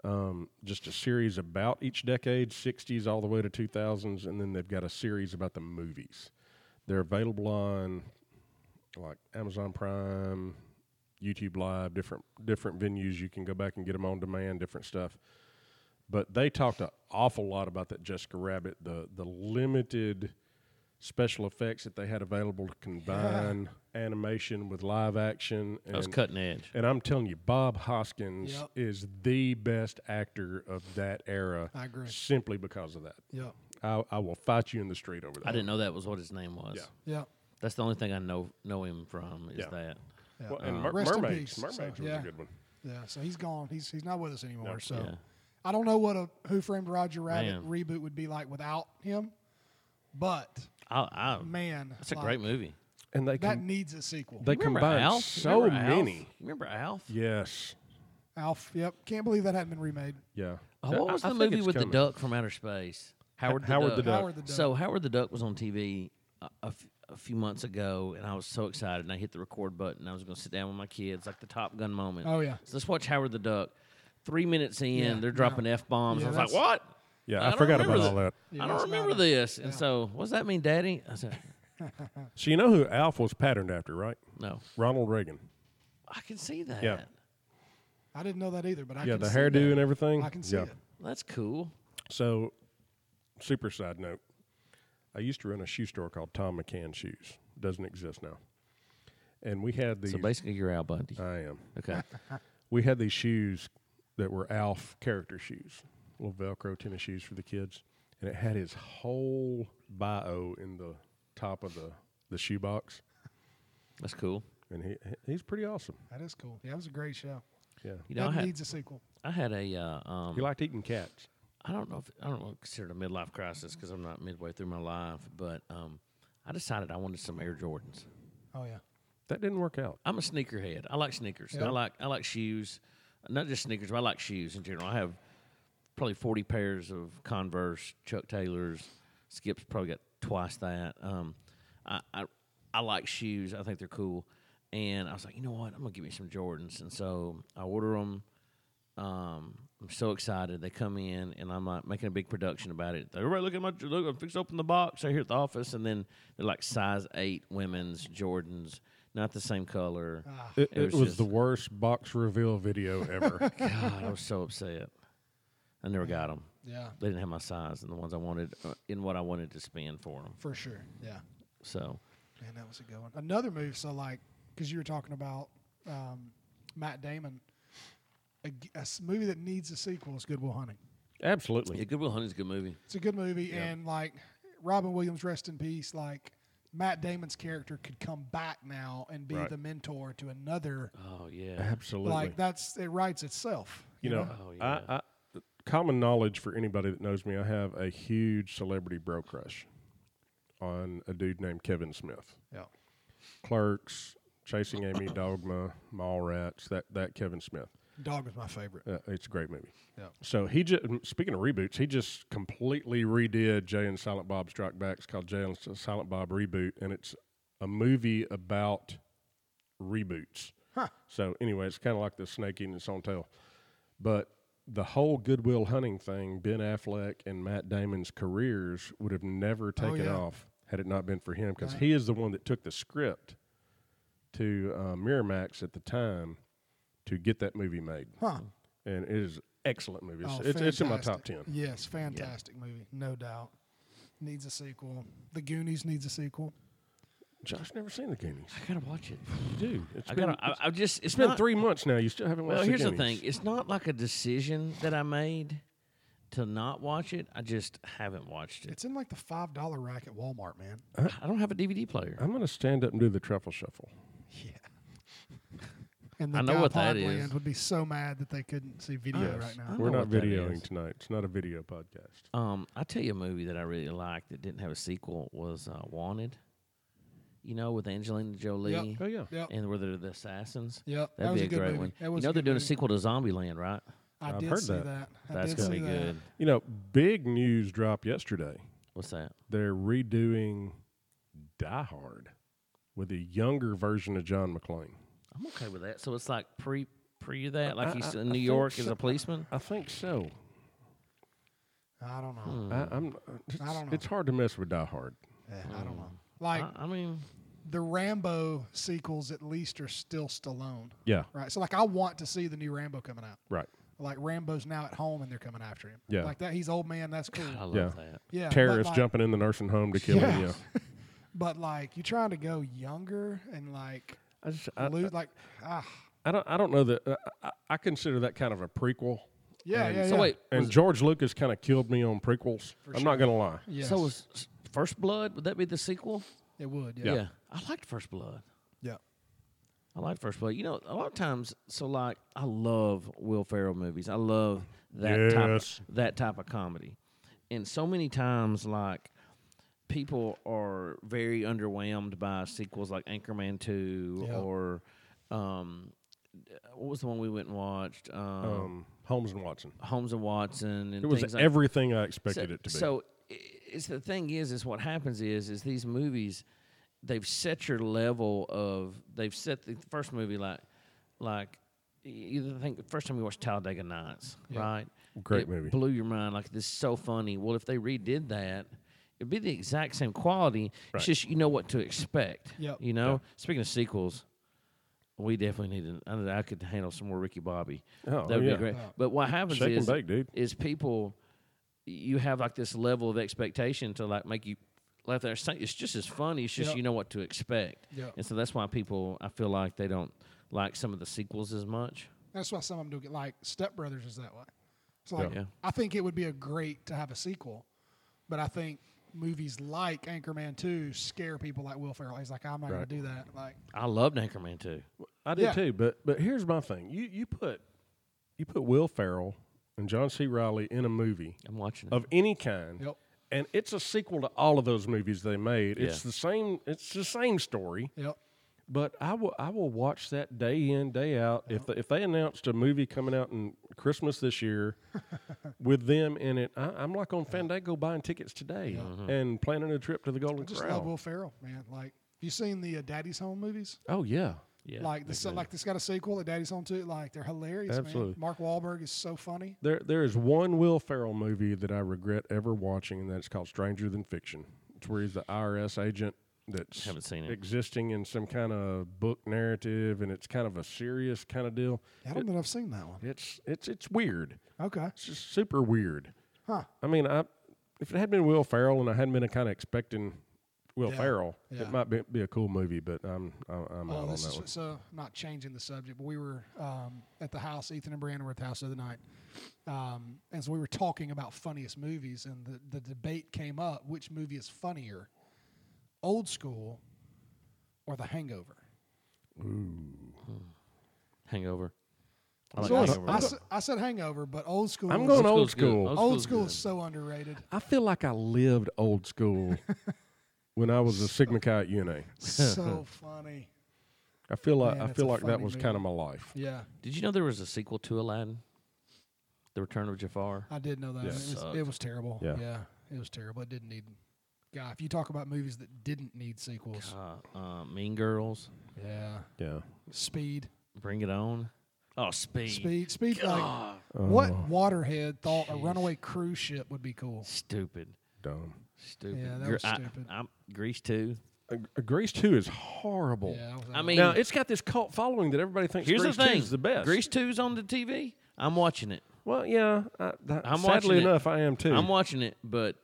um, just a series about each decade, 60s all the way to 2000s, and then they've got a series about the movies. They're available on like Amazon Prime, YouTube Live, different different venues. You can go back and get them on demand, different stuff. But they talked an awful lot about that Jessica Rabbit, the the limited special effects that they had available to combine animation with live action. And,
That was cutting edge.
and I'm telling you, Bob Hoskins
Yep.
is the best actor of that era.
I agree.
Simply because of that.
Yep.
I, I will fight you in the street over that.
I didn't know that was what his name was.
Yeah.
Yep.
That's the only thing I know know him from is
Yeah.
that.
Yeah.
Well, and
Uh,
Mer-
Rest in
Mermaids.
peace.
Mermaids
So,
was
yeah.
a good one.
Yeah, so he's gone. He's he's not with us anymore. So
Yeah.
I don't know what a Who Framed Roger Rabbit
Man.
reboot would be like without him, but
I, I,
man,
that's a
like,
great movie.
And they
That
com-
needs a sequel.
they
Remember
combined
Alf?
so
Remember Alf?
many.
Remember Alf?
Yes.
Alf. Yep. Can't believe that hadn't been remade.
Yeah.
Oh,
That-
what was
I
the
think
movie
it's
with
coming.
the duck from outer space? Howard the
Howard
Duck.
the Duck.
Howard the Duck.
So Howard the Duck was on TV a, a f- a few months ago, and I was so excited, and I hit the record button. I was going to sit down with my kids, like the Top Gun moment.
Oh, yeah.
So let's watch Howard the Duck. Three minutes in,
Yeah,
they're dropping
no.
f bombs.
Yeah,
I was like,
that's-
"What?
Yeah, I
don't
forgot
remember
about all that.
Yeah,
I don't
that's not
remember
a-
this." And
yeah.
so, what does that mean, Daddy? I said,
So you know who Alf was patterned after, right?
"No,
Ronald Reagan.
I can see that.
Yeah.
I didn't know that either, but I
yeah,
can
the
see
hairdo
that.
and everything.
I can see
yeah.
it.
That's cool.
So, super side note. I used to run a shoe store called Tom McCann Shoes. Doesn't exist now. And we had these.
So basically, you're Al Bundy.
I am.
okay.
we had these shoes that were Alf character shoes, little Velcro tennis shoes for the kids, and it had his whole bio in the top of the the shoe box,
That's cool.
and he he's pretty awesome.
That is cool. Yeah, that was a great show.
Yeah,
You know, I
that
had,
needs a sequel.
I had a uh, um,
he liked eating cats.
I don't know if I don't know if considered a midlife crisis because I'm not midway through my life, but um, I decided I wanted some Air Jordans.
Oh yeah.
That didn't work out.
I'm a sneakerhead. I like sneakers. and
Yeah.
I like I like shoes, not just sneakers, but I like shoes in general. I have probably 40 pairs of Converse, Chuck Taylors, Skip's probably got twice that. Um, I, I I like shoes. I think they're cool, and I was like, you know what? I'm gonna give me some Jordans, and so I order them. Um, I'm so excited. They come in, and I'm like making a big production about it. Everybody, look at my look! I'm fixing to open the box right here at the office, and then they're like size eight women's Jordans, not the same color.
It,
It
it
was
was
just-
the worst box reveal video ever.
God, I was so upset. I never got them.
Yeah.
They didn't have my size and the ones I wanted uh, in what I wanted to spend for them.
For sure. Yeah.
So
Man, that was a good one. Another move. So like, because you were talking about um, Matt Damon, a, g- a s- movie that needs a sequel is Goodwill Hunting.
Absolutely.
yeah, Good Will Hunting's a good movie.
It's a good movie, and like Robin Williams, rest in peace. Like Matt Damon's character could come back now and be
Right.
the mentor to another.
Oh yeah,
Absolutely.
like that's it writes itself.
you know,
Oh, yeah.
I, I, common knowledge for anybody that knows me, I have a huge celebrity bro crush on a dude named Kevin Smith.
Yeah.
Clerks, Chasing Amy, Dogma, Mallrats, that that Kevin Smith.
Dog was my favorite.
Uh, it's a great movie.
Yeah.
So he just speaking of reboots, he just completely redid Jay and Silent Bob Strike Back. It's called Jay and S- Silent Bob Reboot, and it's a movie about reboots. So anyway, it's kind of like the snake eating its own tail, but the whole Goodwill Hunting thing, Ben Affleck and Matt Damon's careers would have never taken
Oh, yeah.
off had it not been for him, because he is the one that took the script to uh, Miramax at the time to get that movie made.
Huh.
And it is an excellent movie. It's,
Oh,
it's, it's in my top
fantastic.
10.
Yes, fantastic movie, no doubt. Needs a sequel. The Goonies needs a sequel.
Josh never seen The Goonies.
I gotta watch it.
Dude, it's
I
been,
gotta. I, I just. It's
it's been
not-
three months now. You still haven't watched
Well, here's the
Goonies.
thing. It's not like a decision that I made to not watch it. I just haven't watched it.
It's in like the five dollar rack at Walmart, man.
I don't have a DVD player.
I'm going to stand up and do the truffle shuffle.
Yeah. And the
I know
guy
what that
Podland
is.
would be so mad that they couldn't see video right now.
I
We're
know
not
what that
videoing
is.
tonight. It's not a video podcast.
Uh-huh.
Um, I tell you a movie that I really liked that didn't have a sequel was uh, Wanted. You know, with Angelina Jolie.
Oh, yeah.
Yep.
And where they're the assassins.
Yep, that
that'd
was
be
a
a,
good
great
movie.
one.
That
you
was a
know they're
good
doing a
movie.
sequel to Zombieland, right?
I
I've
did
heard
see
that.
that. I
That's
did
gonna
see
be
that.
good.
You know, big news drop yesterday.
What's that?
They're redoing Die Hard with a younger version of John McClane.
I'm okay with that. So it's like pre pre that, like he's
I-
in
I
New
think
York
so.
as a policeman.
I think so.
I don't know.
I,
Hmm.
I'm, it's,
don't know.
it's hard to mess with Die Hard.
Eh, I don't know. Like
I, I mean,
the Rambo sequels, at least are still Stallone,
Yeah.
right? So like, I want to see the new Rambo coming out.
Right.
Like Rambo's now at home and they're coming after him.
Yeah.
Like that. He's old man. That's cool.
I love
Yeah.
that.
yeah. but,
Terrorists
like-
jumping in the nursing home to kill him. Yeah.
Yeah. But like, you're trying to go younger and like
I just, I,
lose like ah
I don't, I don't know that. Uh, I, I consider that kind of a prequel.
yeah
And-
yeah
So
yeah.
wait,
And George Lucas kind of killed me on prequels. I'm not gonna lie.
Yes.
so was s- First Blood? Would that be the sequel?
it would yeah
Yeah.
I liked First Blood.
yeah.
I like First Blood. You know, a lot of times, so like, I love Will Ferrell movies. I love that
Yes.
type that type of comedy, and so many times, like, people are very underwhelmed by sequels like Anchorman Two
Yeah.
or um, what was the one we went and watched? Um,
Um, Holmes and Watson.
Holmes and Watson and
It was
things like
everything I
so,
expected it to be.
so i- it's the thing is, is what happens is, is these movies, they've set your level of, they've set the first movie like, like, y- you think the first time you watched Talladega Nights, right?
Great
It
movie.
Blew your mind. Like this is so funny. Well, if they redid that, it'd be the exact same quality. It's just you know what to expect.
Yep.
You know. Speaking of sequels. We definitely need. An, I, don't know, I could handle some more Ricky Bobby.
Oh,
that would
yeah.
be great. But what happens
Shake and
is,
bake, dude.
is people you have like this level of expectation to like make you laugh there. It's just as funny. It's just
Yep.
you know what to expect,
Yep.
and so that's why people I feel like they don't like some of the sequels as much.
That's why some of them do get like Step Brothers is that way. It's like
Yeah.
I think it would be a great to have a sequel, but I think movies like Anchorman Two scare people like Will Ferrell. He's like, I'm not
Right.
gonna do that. Like,
I loved Anchorman too.
I did
Yeah.
too, but but here's my thing. You you put you put Will Ferrell and John C. Riley in a movie
I'm watching it.
of any kind,
Yep.
and it's a sequel to all of those movies they made. It's
Yeah.
the same. It's the same story.
yep,
But I will I will watch that day in day out. If the, if they announced a movie coming out in Christmas this year with them in it, I, I'm like on Fandango buying tickets today
Mm-hmm.
and planning a trip to the Golden
just love
Corral.
Will Ferrell, man. Like, have you seen the uh, Daddy's Home movies?
Oh yeah,
yeah,
like this, like this got a sequel. The Daddy's Home Two. Like they're hilarious,
Absolutely.
man. Mark Wahlberg is so funny.
There, there is one Will Ferrell movie that I regret ever watching, and that's called Stranger Than Fiction. It's where he's the IRS agent that's
Haven't seen it.
existing in some kind of book narrative, and it's kind of a serious kind of deal.
I don't know if I've seen that one.
It's it's it's weird.
Okay,
It's just super weird.
Huh.
I mean, I if it had been Will Ferrell and I hadn't been kind of expecting Will
Yeah.
Ferrell,
Yeah.
it might be, be a cool movie. But I'm I'm, I'm out
Oh,
on
this
that
is
one.
just, uh, not changing the subject, but we were um, at the house, Ethan and Brandon were at the house the other night. Um, and so we were talking about funniest movies, and the, the debate came up which movie is funnier, Old School or The Hangover?
Hangover. I like
So I, s-
Hangover.
I s- I said Hangover, but Old School.
I'm
is-
going old
school's good.
school.
Old
school's
School
good.
is so underrated.
I feel like I lived old school when I was a Sigma Chi at UNA.
so funny.
I feel like
Man,
I
it's
feel
a
like that
funny
was
movie.
kind of my life.
Yeah,
Did you know there was a sequel to Aladdin? The Return of Jafar.
I did know that.
Yeah.
It, was,
Sucked.
it was terrible.
Yeah.
it was terrible. It didn't need. God, if you talk about movies that didn't need sequels,
Uh, uh, mean Girls.
yeah,
Yeah.
Speed.
Bring It On. Oh, Speed.
Speed, speed, like what
Oh.
waterhead thought a runaway cruise ship would be cool?
Stupid.
Dumb.
Stupid.
Yeah, that was
I-
stupid.
I'm Grease too.
Uh, Grease 2 is horrible.
Yeah, I was
I
out.
mean,
Now, it's got this cult following that everybody thinks
here's
Grease
the
2
thing:
is the best.
Grease Two's on the TV. I'm watching it.
Well, yeah. I, that,
I'm watching
sadly
it.
enough, I am too.
I'm watching it, but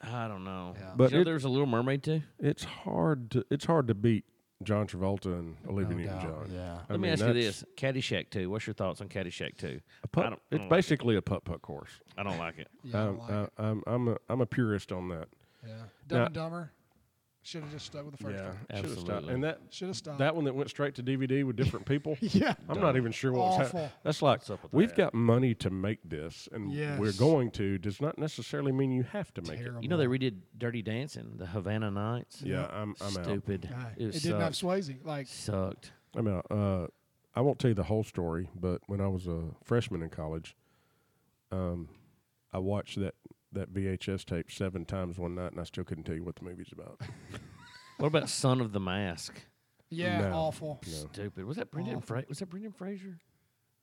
I don't know.
But
But you know,
it-
there's a Little Mermaid too.
it's hard to it's hard to beat John Travolta and Olivia Newton-John.
yeah.
I
Let me
mean,
ask you
that's
this: Caddyshack Two. What's your thoughts on Caddyshack Two?
a
I don't.
putt-
I
It's
don't, like,
basically a putt-putt course.
I don't like it.
yeah, I don't
Um,
like
I-
it.
I'm I'm a, I'm a purist on that.
yeah. Dumb
now-
and Dumber should have just stuck with the first one.
Should've stopped.
Absolutely.
And that
Should have stopped.
that one that went straight to DVD with different people.
yeah,
I'm not even sure what was happening.
Awful.
That's like
What's up with
we've
that?
got money to make this, and we're
Yes.
going to does not necessarily mean you have to make
terrible.
You know they redid Dirty Dancing, the Havana Nights.
it. Yeah, I'm I'm out.
Stupid.
Aye.
It,
it
was
didn't have
sucked.
Swayze. Like,
sucked.
I'm out. Uh, I won't tell you the whole story, but when I was a freshman in college, um, I watched that that VHS tape seven times one night, and I still couldn't tell you what the movie's about.
What about Son of the Mask?
yeah,
No.
awful.
Stupid. Was that Brendan? Fra- was that Brendan Fraser?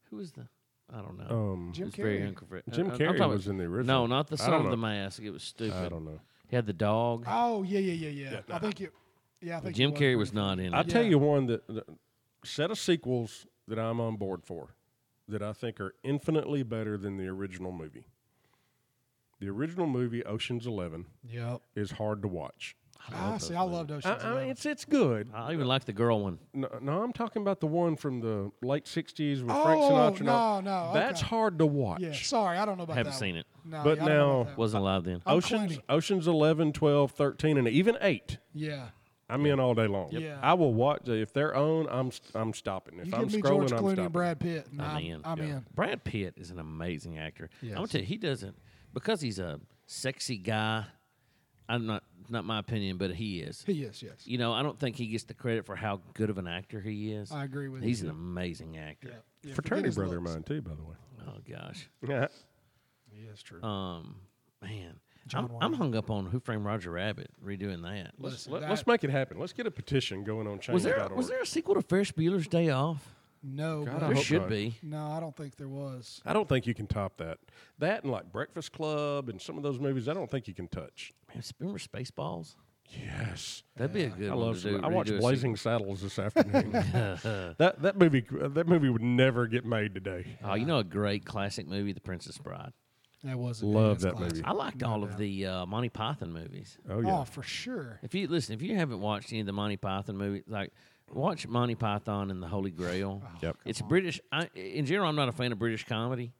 Who was the? I don't know.
Um,
Jim
It's very
Carrey.
incorrect.
Jim
I'm
Carrey
talking-
was in the
No,
original.
not the
I
son
don't
of the
know.
mask. It was stupid.
I don't know.
He had the dog.
Oh yeah, yeah, yeah, yeah. I think you. Yeah, I think
Jim
it
Carrey
pretty
was not in it.
I tell
Yeah.
you one that, that set of sequels that I'm on board for that I think are infinitely better than the original movie. The original movie Ocean's 11
Yep.
is hard to watch.
I Ah, see. I loved
I,
Ocean's
Uh, I mean,
Eleven.
it's it's good.
I even like the girl one.
No, no, I'm talking about the one from the late '60s with Frank Sinatra. and all-
Oh, no, no,
that's
okay.
hard to watch.
Yeah. Sorry, I don't know about
Haven't
that.
seen
one.
it.
No,
But
yeah, I don't know
now-
about that one.
Wasn't alive then. Oh,
I'm
Oceans,
Clooney.
Oceans 11, 12, 13, and even eight.
Yeah.
I'm in all day long.
Yeah.
I will watch if they're on. I'm I'm stopping. If
You
I'm
give me
scrolling,
George
I'm
Clooney
stopping.
and Brad Pitt, and
I'm
I'm,
in.
I'm
Yeah.
in.
Brad Pitt is an amazing actor. I'm gonna
Yes.
tell you, he doesn't because he's a sexy guy I'm not not my opinion, but he is.
He is, yes.
You know, I don't think he gets the credit for how good of an actor he is.
I agree with
He's
you.
an amazing actor.
Yeah. Yeah, forget
Fraternity
his
brother of
looks.
mine too, by the way.
Oh gosh,
Yeah.
He is true.
um, man, I'm, I'm hung up on Who Framed Roger Rabbit redoing that.
Let's,
Listen,
let,
that-
us make it happen. Let's get a petition going on
Was there
change.org.
was there a sequel to Ferris Bueller's Day Off?
no,
God,
but-
I
There
hope
should
not.
be.
no, I don't think there was.
I don't think you can top that. That and like Breakfast Club and some of those movies, I don't think you can touch.
Man, s- remember Spaceballs?
Yes.
That'd be a good
I
one
love.
to do.
I watched
redo a
Blazing Saddles this afternoon. that that movie that movie would never get made today.
sequel. Oh, you know a great classic movie, The Princess Bride.
That wasn't.
Love
that's
that
classic.
movie.
I liked all of the uh, Monty Python movies.
Oh
Oh,
yeah.
for sure.
If you listen, if you haven't watched any of the Monty Python movies, like watch Monty Python and the Holy Grail.
Yep.
It's British. I, in general, I'm not a fan of British comedy,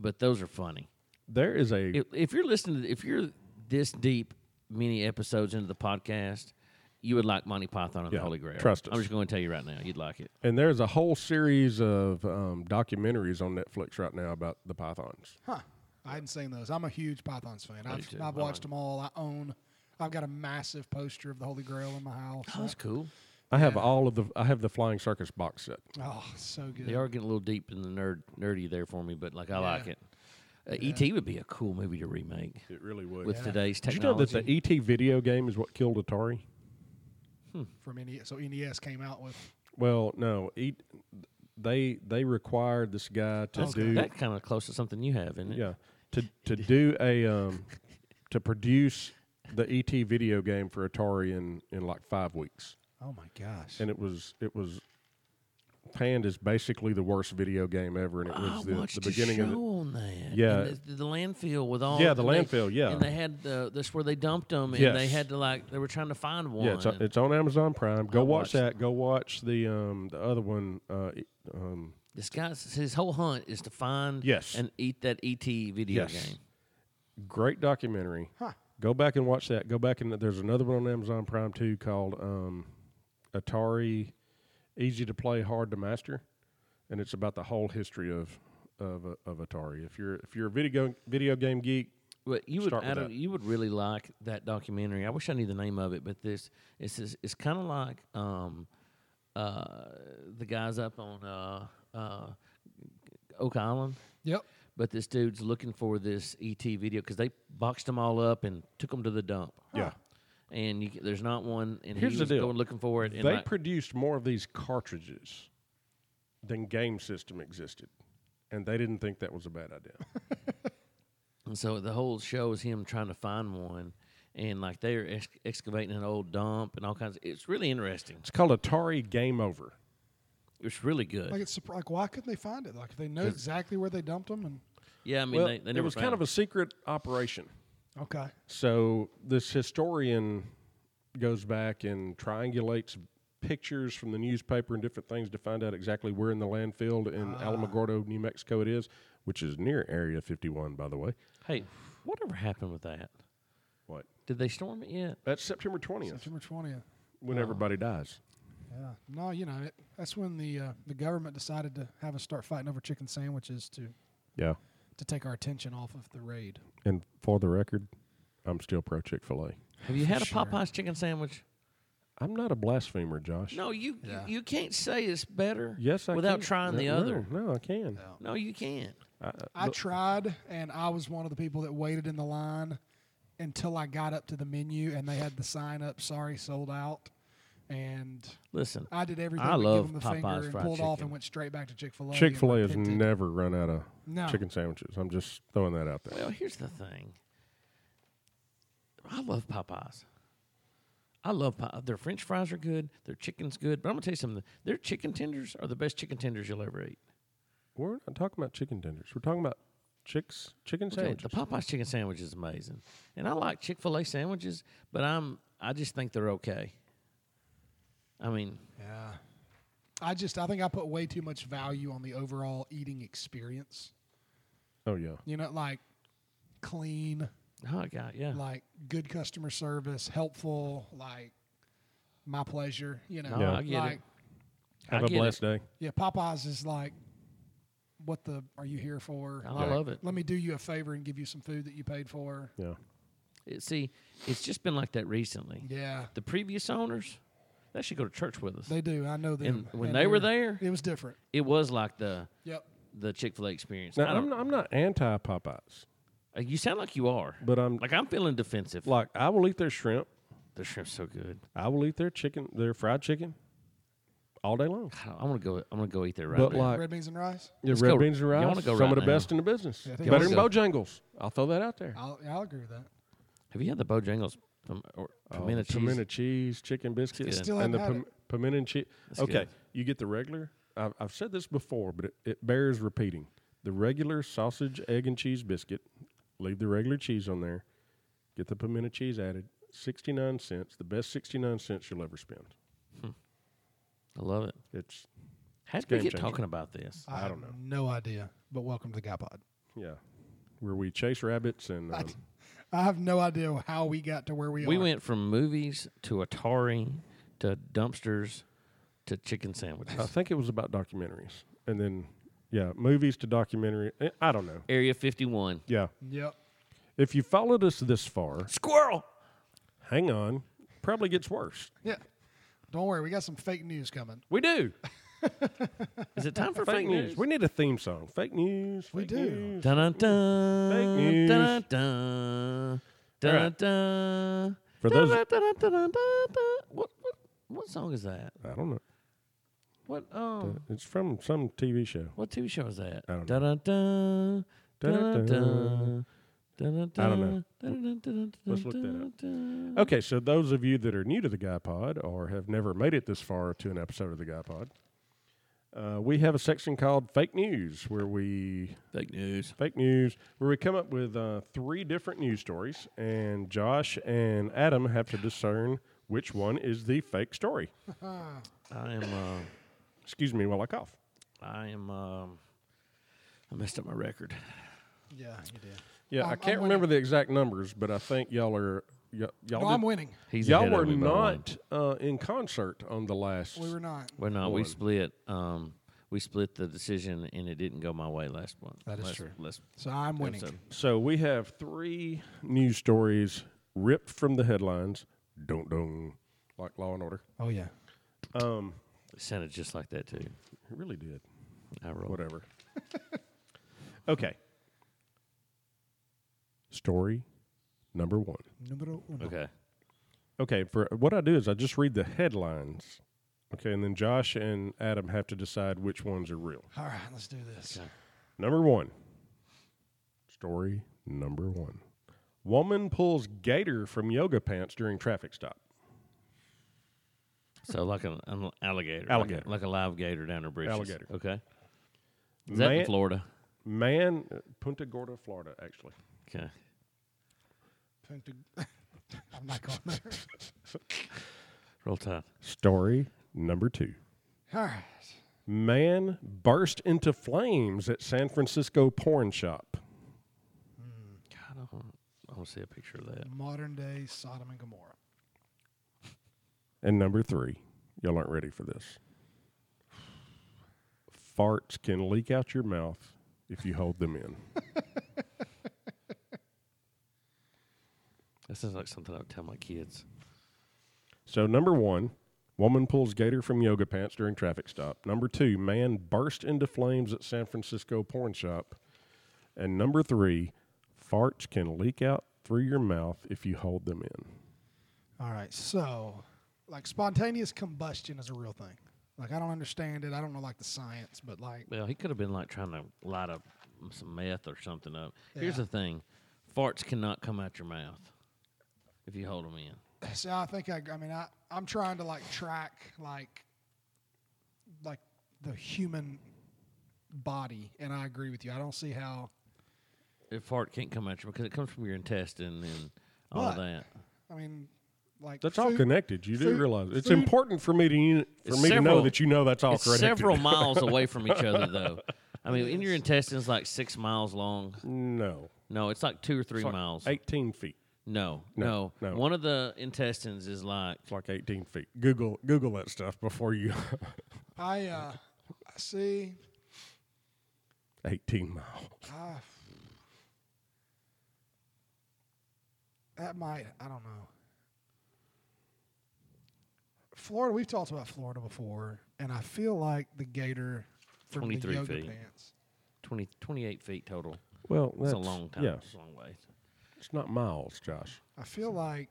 but those are funny.
There is a
If, if you're listening, to, if you're this deep, many episodes into the podcast, you would like Monty Python and
Yeah,
the Holy Grail.
trust us.
I'm just going to tell you right now, you'd like it.
and there's a whole series of um, documentaries on Netflix right now about the pythons.
Huh. I hadn't seen those. I'm a huge Pythons fan. I've,
too.
I've
I
watched
like-
them all. I own. I've got a massive poster of the Holy Grail in my house.
Oh, that's cool.
I have all of the I have the Flying Circus box set.
Oh, so good.
They are getting a little deep in the nerd nerdy there for me, but like I like it. Uh, E.T. would be a cool movie to remake
It really would.
with today's
Did you know that
technology.
the E ET video game is what killed Atari?
from NES. So NES came out with.
Well, no, e- they they required this guy to
Okay.
do
that kind of close to something you have, isn't it?
yeah to to do a um to produce the ET video game for Atari in in like five weeks,
Oh my gosh.
and it was it was panned as basically the worst video game ever, and it
I
was the,
watched
the beginning
a
of
show
the,
on that.
Yeah.
and the, the landfill with all.
Yeah, the
and they-
landfill, yeah.
and they had the this where they dumped them, and they
Yes.
had to like they were trying to find one.
yeah. It's, on-
and-
it's on Amazon Prime. Go watch
watched-
that. Go watch the um the other one. Uh, e- um,
this guy's his whole hunt is to find
Yes.
and eat that ET video
Yes.
game.
great documentary. Go back and watch that. Go back and there's another one on Amazon Prime too called um, Atari Easy to Play, Hard to Master, and it's about the whole history of of, uh, of Atari. If you're if you're a video video game geek,
But you would,
Start with
Adam,
that.
you would really like that documentary. I wish I knew the name of it, but this it's this- it's kind of like um, uh, the guys up on uh, uh, Oak Island.
Yep.
But this dude's looking for this ET video because they boxed them all up and took them to the dump.
Yeah.
And you, c- there's not one. And
Here's
he
the
was
deal.
going looking for it. And
they
like-
produced more of these cartridges than game system existed, and they didn't think that was a bad idea.
and so the whole show is him trying to find one. And like they're ex- excavating an old dump and all kinds. Of, it's really interesting.
it's called Atari Game Over.
It's really good.
Like it's surpri- like why couldn't they find it? Like if they know exactly where they dumped them and
yeah, I mean
well,
they, they
it
never
was kind of a secret operation.
okay.
So this historian goes back and triangulates pictures from the newspaper and different things to find out exactly where in the landfill
Ah.
in Alamogordo, New Mexico it is, which is near Area 51, by the way.
Hey, whatever happened with that?
What?
Did they storm it yet?
That's September 20th,
September twentieth.
Oh.
when everybody dies.
Yeah. No, you know it, that's when the uh, the government decided to have us start fighting over chicken sandwiches to
Yeah.
to take our attention off of the raid.
And for the record, I'm still pro Chick fil A.
Have you had a
sure.
Popeyes chicken sandwich?
I'm not a blasphemer, Josh.
No, you
Yeah.
you, you can't say it's better.
Yes, I
without
can.
trying the
No,
other.
No, I can.
No, you can't.
I tried, and I was one of the people that waited in the line until I got up to the menu, and they had the sign up, "Sorry, sold out." And
Listen,
I did everything.
I
but
love
give them the
Popeye's
finger and
fried
pulled off
chicken.
and went straight back to Chick Fil A.
Chick fil A has never run out of
No.
chicken sandwiches. I'm just throwing that out there.
Well, here's the thing. I love Popeyes. I love Popeyes. Their French fries are good. Their chicken's good. But I'm gonna tell you something. Their chicken tenders are the best chicken tenders you'll ever eat.
We're not talking about chicken tenders. We're talking about chicks, chicken
Okay,
sandwiches.
the Popeyes chicken sandwich is amazing, and I like Chick Fil A sandwiches, but I'm I just think they're okay. I mean,
Yeah. I just I think I put way too much value on the overall eating experience.
oh yeah,
You know, like clean,
oh god, yeah.
like good customer service, helpful, like my pleasure. You know,
No,
I
get it.
like
have
I
a
get it.
blessed day.
yeah, Popeyes is like, what the are you here for?
Oh, I
Like,
love it.
Let me do you a favor and give you some food that you paid for.
Yeah,
It, Eh, see, it's just been like that recently.
Yeah,
The previous owners, they should go to church with us.
they do. I know them.
when they were
they're-
there-
it was different.
it was like the
Yep.
the Chick Fil A experience. I
Now I'm
don't-
not, I'm not anti Popeyes,
uh, You sound like you are,
but I'm like,
like I'm feeling defensive.
I will eat their shrimp.
the shrimp's so good.
I will eat their chicken, their fried chicken, all day long.
God, I want to go. I'm gonna go eat there right
But
now.
like
Red beans and rice.
your
Let's
red
go-
beans and
y'all
rice,
wanna go
some
right
of the
now.
best in the business.
I think
Better than
y'all
Bojangles. I'll throw that out there.
I'll, I'll agree with that.
Have you had the Bojangles um, or
pimento
pimento cheese?
Oh, Pimento cheese, chicken biscuits,
good.
Still
and the
haven't
pim-
had
pimento and cheese. Okay,
good.
you get the regular. I've, I've said this before, but it, it bears repeating. The regular sausage, egg, and cheese biscuit. Leave the regular cheese on there. Get the pimento cheese added. Sixty-nine cents. The best sixty-nine cents you'll ever spend.
I love it.
It's
How did
game
we get
changer.
talking about this?
I, don't know. No idea. But welcome to the guy pod.
yeah, where we chase rabbits and um,
I have no idea how we got to where we,
We
are.
went from movies to Atari to dumpsters to chicken sandwiches.
I think it was about documentaries, and then yeah, movies to documentary. eh, I don't know.
Area 51.
Yeah,
Yep.
if you followed us this far,
Squirrel.
hang on. Probably gets worse.
Yeah. Don't worry, we got some fake news coming.
We do.
Is it time for
Fake news. We need a theme song. Fake news.
We
fake
do.
news.
Dun dun dun.
Fake news.
Dun dun dun.
All
Dun
right.
dun.
For those-
Dun, dun, dun, dun, dun, dun, dun. What what what song is that?
I don't know.
What um
It's from some TV show.
what TV show is that?
I don't
Dun dun dun. Dun dun dun. Dun dun
I don't know.
Dun dun dun
Let's
dun
look that up.
dun.
Okay, so those of you that are new to the Guy Pod or have never made it this far to an episode of the Guy Pod, uh, we have a section called Fake News where we
Fake news.
fake news where we come up with uh, three different news stories, and Josh and Adam have to discern which one is the fake story.
I am uh
Excuse me while I cough.
I am um I messed up my record.
Yeah, you did.
Yeah,
Oh, I'm-
I
I'm
can't
winning.
remember the exact numbers, but I think y'all are y- y'all.
No, I'm
did-
winning.
He's
y'all
ahead of
were
me by one.
not uh, in concert on the last.
We were not.
Well, no, we
one.
split. Um, we split the decision, and it didn't go my way last month.
That is
last,
true.
last
So I'm winning.
episode.
So we have three news stories ripped from the headlines. Don't don't like Law and Order.
Oh yeah.
Um,
It sounded just like that too.
it really did.
I rolled.
Whatever. okay. Story number one.
Numero uno.
Okay.
Okay, for what I do is I just read the headlines. Okay, and then Josh and Adam have to decide which ones are real.
All right, let's do this.
Number one. Story number one. Woman pulls gator from yoga pants during traffic stop.
So like an, an alligator. Like
Alligator.
a, like a live gator down her bridges.
Alligator.
Okay. Is that in
Man-
Florida?
Man, uh, Punta Gorda, Florida, actually.
Okay.
Punta- I'm not going there.
Roll Tide.
Story number two.
All right.
Man burst into flames at San Francisco porn shop.
God, I want, I want to see a picture of that.
Modern day Sodom and Gomorrah.
And number three, y'all aren't ready for this. Farts can leak out your mouth if you hold them in.
That sounds like something I would tell my kids.
So number one, woman pulls gator from yoga pants during traffic stop. Number two, man burst into flames at San Francisco porn shop. And number three, farts can leak out through your mouth if you hold them in.
All right. So, like spontaneous combustion is a real thing. Like I don't understand it. I don't know like the science, but like
Well, he could have been like trying to light up some meth or something up. Here's
Yeah.
the thing: farts cannot come out your mouth if you hold them in.
See, I think I, I mean, I, I'm trying to like track like, like the human body, and I agree with you. I don't see how.
If fart can't come out your because it comes from your intestine and all
But-
that.
I mean, like
That's all
food-
connected. You do
food-
realize it's
food-
important for me to u- for
It's
me to know
several-
that you know that's all
It's
connected.
several miles away from each other, though. I mean, in your intestines, like six miles long.
no,
No, it's like two or three
It's like
miles.
Eighteen feet.
No,
No,
no,
no.
One of the intestines is like
It's like eighteen feet. Google Google that stuff before you.
I uh, I see.
eighteen miles.
I,
That might. I don't know. Florida. We've talked about Florida before, and I feel like the gator from the
23
yoga
feet.
pants.
20, 28 feet total.
Well,
It's a long time.
Yeah,
It's a long way.
it's not miles, Josh.
I feel like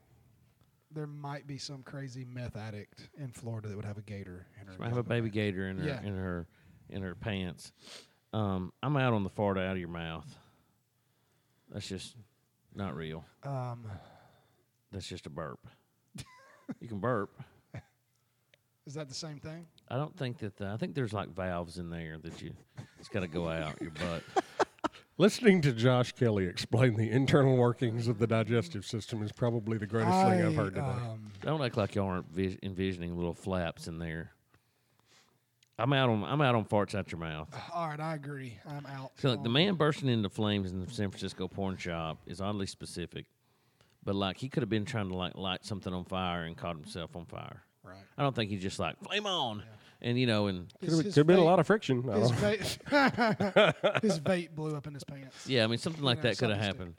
there might be some crazy meth addict in Florida that would have a gator. In her
I have a
yoga
baby
pants.
gator in her
Yeah.
in her in her pants. Um, I'm out on the fart out of your mouth. That's just not real.
Um,
That's just a burp. you can burp.
is that the same thing?
I don't think that the, I think there's like valves in there that you it's got to go out your butt.
Listening to Josh Kelly explain the internal workings of the digestive system is probably the greatest thing I've
I,
heard today.
um,
Don't act like y'all aren't vis- envisioning little flaps in there. I'm out on I'm out on farts out your mouth.
all right, I agree. I'm out.
So like the
on-
man bursting into flames in the San Francisco porn shop is oddly specific, but like he could have been trying to like light something on fire and caught himself on fire.
Right.
I don't think he just like flame on, and you know, and
Could
His-
have
his
been a
vape-
lot of friction. I
His
don't-
vape, his vape blew up in his pants.
yeah, I mean something like
know,
that could have
something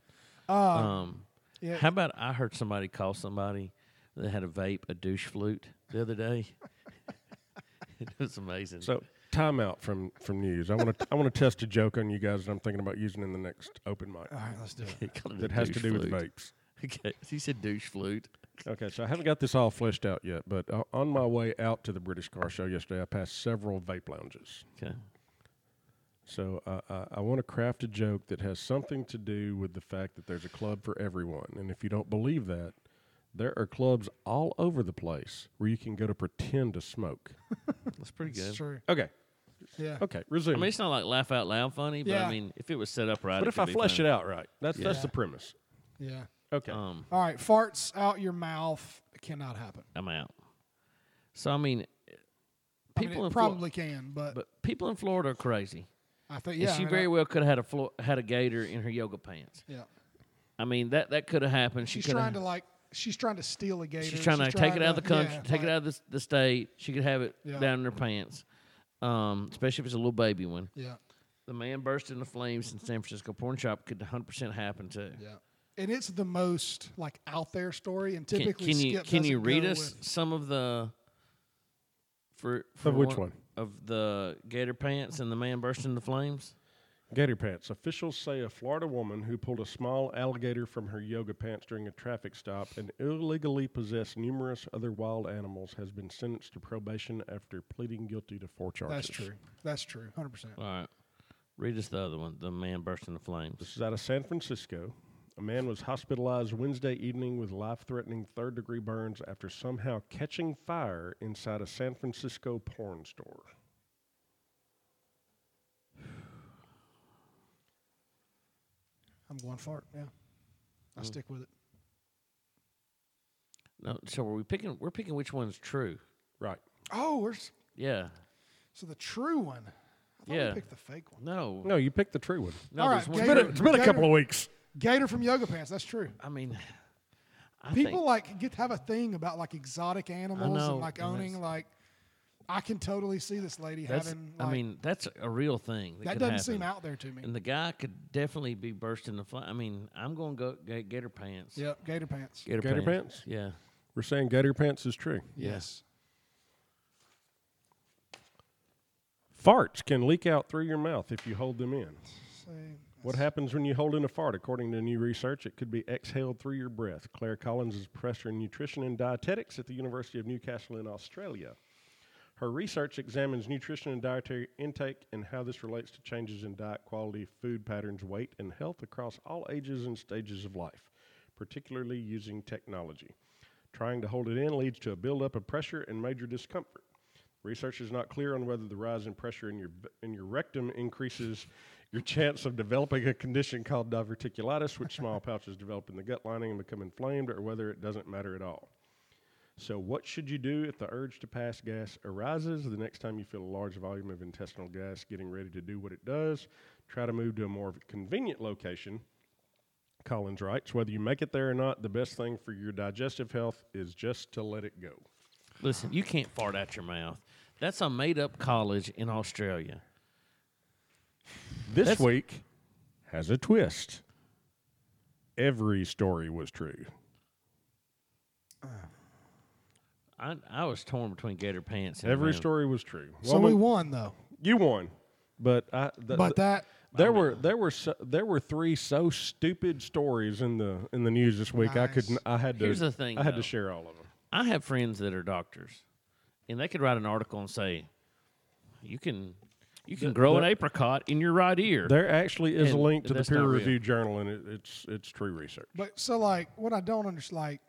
happened. um,
Yeah.
How about I heard somebody call somebody that had a vape a douche flute the other day. it was amazing.
So timeout from from news. I want to I want to test a joke on you guys that I'm thinking about using in the next open mic
All right, let's do it.
He called it a
that has to
douche
do with
flute.
vapes.
Okay, he said douche flute.
Okay, so I haven't got this all fleshed out yet, but uh, on my way out to the British Car Show yesterday, I passed several vape lounges.
Okay,
So uh, I, I want to craft a joke that has something to do with the fact that there's a club for everyone. And if you don't believe that, there are clubs all over the place where you can go to pretend to smoke.
that's pretty
It's
good.
true.
Okay,
Yeah.
okay, resume.
I mean, it's not like laugh out loud funny, but
Yeah.
I mean, if it was set up right,
but
it
if I flesh it out right, that's that's
Yeah.
the premise.
Yeah.
Okay,
um,
All right, farts out your mouth cannot happen.
I'm out. So I mean,
I mean,
people
it
in Flo-
probably can, but,
but people in Florida are crazy.
I think
and
yeah.
she
I mean,
very
I-
well could have had a flo- had a gator in her yoga pants.
yeah.
I mean, that that could have happened. She
She's
coulda-
trying to like she's trying to steal a gator.
She's trying to take it out of the country, take it out of the, s- the state. She could have it
Yeah.
down in her pants, um, especially if it's a little baby one.
Yeah.
The man burst into flames in San Francisco porn shop could 100% happen too.
Yeah. And it's the most like out there story, and
Can,
typically
can you
Skip
can you
doesn't
read
go
us
with-
some of the for, for
which one?
of the gator pants and the man burst into flames?
Gator pants. Officials say a Florida woman who pulled a small alligator from her yoga pants during a traffic stop and illegally possessed numerous other wild animals has been sentenced to probation after pleading guilty to four charges.
That's true. That's true. Hundred percent.
All right, read us the other one. The man burst into flames.
This is out of San Francisco. A man was hospitalized Wednesday evening with life threatening third degree burns after somehow catching fire inside a San Francisco porn store.
I'm going fart. Yeah. I
Mm.
stick with it.
No, so are we picking? We're picking which one's true.
Right.
Oh, we're s-
Yeah.
so the true one. I thought
Yeah.
we picked the fake one.
No.
No, you picked the true one.
No,
All
there's
right,
one.
Gator-
It's been a couple of weeks.
Gator from Yoga Pants. That's true.
I mean, I
People
think,
like get have a thing about like exotic animals
know,
and like
and
owning
that's-
like. I can totally see this lady
that's.
having. Like,
I mean, that's a real thing. That,
that
could
doesn't
happen.
seem out there to me.
And the guy could definitely be bursting the flames. I mean, I'm going to go ga- gator pants.
Yep, gator pants.
Gator,
Gator
pants.
pants?
Yeah.
We're saying Gator Pants is true.
Yes.
Farts can leak out through your mouth if you hold them in.
Say-
What happens when you hold in a fart? According to new research, it could be exhaled through your breath. Claire Collins is professor in nutrition and dietetics at the University of Newcastle in Australia. Her research examines nutrition and dietary intake and how this relates to changes in diet quality, food patterns, weight, and health across all ages and stages of life, particularly using technology. Trying to hold it in leads to a buildup of pressure and major discomfort. Research is not clear on whether the rise in pressure in your b- in your rectum increases your chance of developing a condition called diverticulitis, which small pouches develop in the gut lining and become inflamed, or whether it doesn't matter at all. So, what should you do if the urge to pass gas arises the next time you feel a large volume of intestinal gas getting ready to do what it does? Try to move to a more convenient location. Collins writes, whether you make it there or not, the best thing for your digestive health is just to let it go.
Listen, you can't fart out your mouth. That's a made up college in Australia.
This
That's-
week has a twist. every story was true.
I, I was torn between Gator Pants and
Every
Man.
story was true.
So
Well,
we
we-
won though.
you won, but I. th-
But
th-
that
there were there were so, there were three so stupid stories in the in the news this week. I could
Nice.
n- I had to
Here's the thing,
I had
though.
to share all of them.
I have friends that are doctors, and they could write an article and say, "You can, you can grow an apricot in your right ear."
There actually is a
And
link to the
that's not
peer
real.
reviewed journal, and it, it's it's true research.
but so like what I don't understand like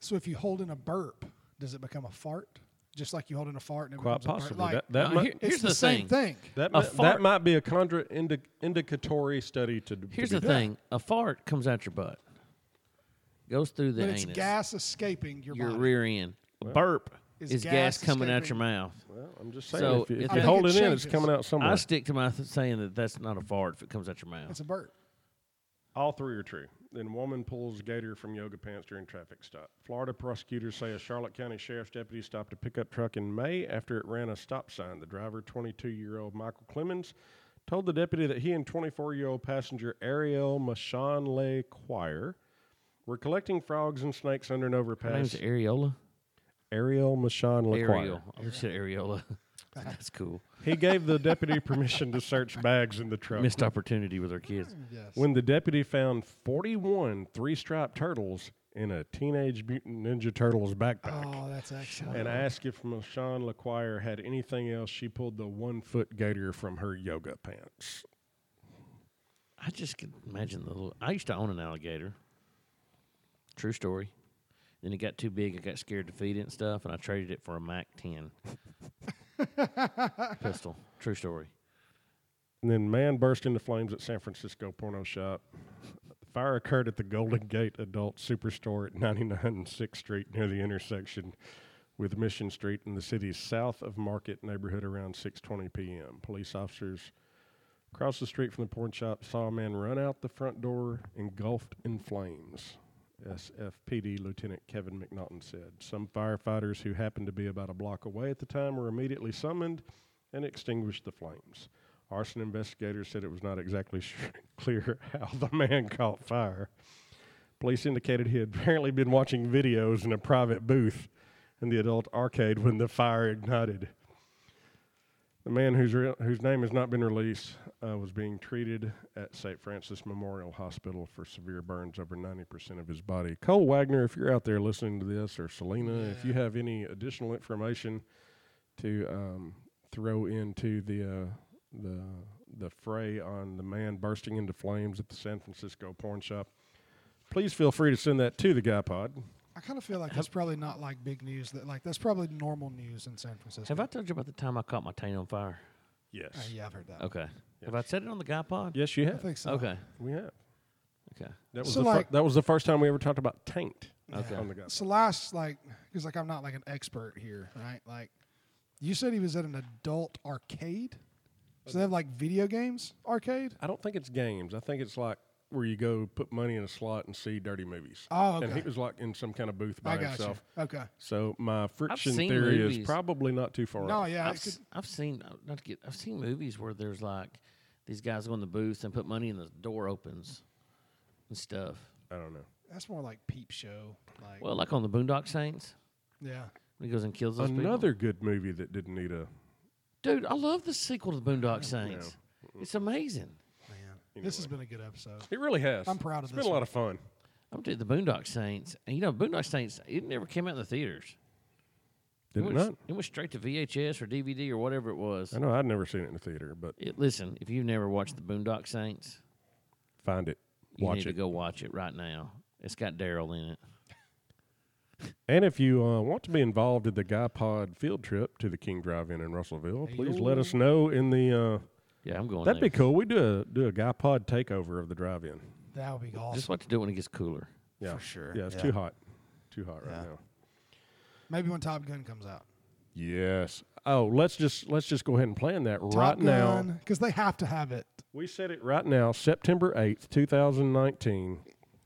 so if you hold in a burp, does it become a fart? Just like you hold in a fart and it
Quite
becomes a
possibly
fart. Like,
that that might,
Now, uh, here-
it's
here's
the,
the
same thing.
thing.
that,
a
might, that
fart-
might be a contra indic, indicatory study to. to
Here's
be
the
done.
thing: a fart comes out your butt, goes through the
But
anus,
it's gas escaping your,
your
body.
rear end. A burp
Is
is,
gas
gas, coming out
escaping-
your mouth.
Well, I'm just saying,
So
if you,
if
if
I
you
think
hold
it
it, in, it's
changes.
coming out somewhere.
I stick to my th- saying that that's not a fart if it comes out your mouth.
It's a burp.
All three are true. Then woman pulls gator from yoga pants during traffic stop. Florida prosecutors say a Charlotte County sheriff's deputy stopped a pickup truck in May after it ran a stop sign. The driver, 22-year-old Michael Clemens, told the deputy that he and 24-year-old passenger Ariel Machanle Choir were collecting frogs and snakes under an
Her
overpass.
name's areola.
Ariel Machanle
Ariel.
Choir.
I just said areola. that's cool.
He gave the deputy permission to search bags in the truck.
Missed opportunity with her kids.
Yes.
when the deputy found 41 three-striped turtles in a Teenage Mutant Ninja Turtles backpack
oh, that's excellent.
and asked if Michonne LaQuire had anything else, she pulled the one-foot gator from her yoga pants.
I just can imagine the little. I used to own an alligator. True story. Then it got too big. I got scared to feed it and stuff, and I traded it for a Mac 10 pistol. True story.
And then man burst into flames at San Francisco porno shop. The fire occurred at the Golden Gate Adult Superstore at 99 and 6th Street near the intersection with Mission Street in the city's south of Market neighborhood around 6:20 p.m. Police officers across the street from the porn shop saw a man run out the front door engulfed in flames. SFPD Lieutenant Kevin McNaughton said some firefighters who happened to be about a block away at the time were immediately summoned and extinguished the flames. Arson investigators said it was not exactly sure, clear how the man caught fire. Police indicated he had apparently been watching videos in a private booth in the adult arcade when the fire ignited. The man whose, real, whose name has not been released uh, was being treated at St. Francis Memorial Hospital for severe burns over 90% of his body. Cole Wagner, if you're out there listening to this, or Selena, if you have any additional information to um, throw into the, uh, the, the fray on the man bursting into flames at the San Francisco porn shop, please feel free to send that to the guy pod.
I kind of feel like that's probably not like big news. That like that's probably normal news in San Francisco.
Have I told you about the time I caught my taint on fire?
Yes.
Uh, yeah, I've heard that.
Okay. Have I said it on the guy pod?
Yes, you
I
have.
think so.
Okay.
We have.
Okay.
That was
So,
the fir-
like-
that was the first time we ever talked about taint.
Okay.
On the guy.
So last, like, because like I'm not like an expert here, right? Like, you said he was at an adult arcade. So they have like video games arcade.
I don't think it's games. I think it's like where you go put money in a slot and see dirty movies.
Oh,
And
okay.
he was like in some kind of booth by
I got
himself.
you. Okay.
So my friction
seen
theory is
movies.
probably not too far.
No,
off.
yeah,
I've,
it could,
s- I've seen uh, not to get I've seen movies where there's like these guys go in the booth and put money and the door opens and stuff.
I don't know.
that's more like peep show. Like,
Well, like on the Boondock Saints,
yeah.
when he goes and kills those people.
Another good movie that didn't need a.
Dude, I love the sequel to the Boondock Saints. It's amazing.
Man, this has been a good episode.
It really has.
I'm proud of
It's
this
been a lot of fun.
I'm doing the Boondock Saints, and you know, Boondock Saints it never came out in the theaters.
Did it
went,
not?
It went straight to VHS or DVD or whatever it was.
I know I'd never seen it in the theater, but
It, listen, if you've never watched the Boondock Saints,
find it,
you
watch
need
it.
to go watch it right now. It's got Daryl in it.
And if you uh, want to be involved in the Guy Pod field trip to the King Drive-In in Russellville, please let us know in the.
Yeah, I'm going.
Uh, that'd
there.
be cool. We do a do a Guy Pod takeover of the drive-in.
That would be awesome.
Just what to do when it gets cooler.
Yeah,
For sure,
Yeah, it's
yeah.
too hot, too hot right
Yeah.
now.
Maybe when Top Gun comes out.
Yes. Oh, let's just let's just go ahead and plan that right
Top
now.
because they have to have it.
We said it right now, September eighth, two thousand nineteen.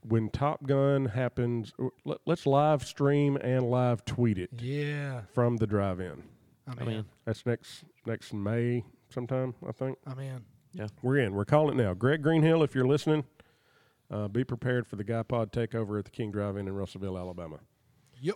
When Top Gun happens, or let- let's live stream and live tweet it
Yeah.
from the drive-in.
I'm
I
in.
mean,
That's next next May sometime, I think.
I'm in.
We're in. We're calling it now. Greg Greenhill, if you're listening, Uh, be prepared for the Guy Pod takeover at the King Drive In in Russellville, Alabama.
Yep.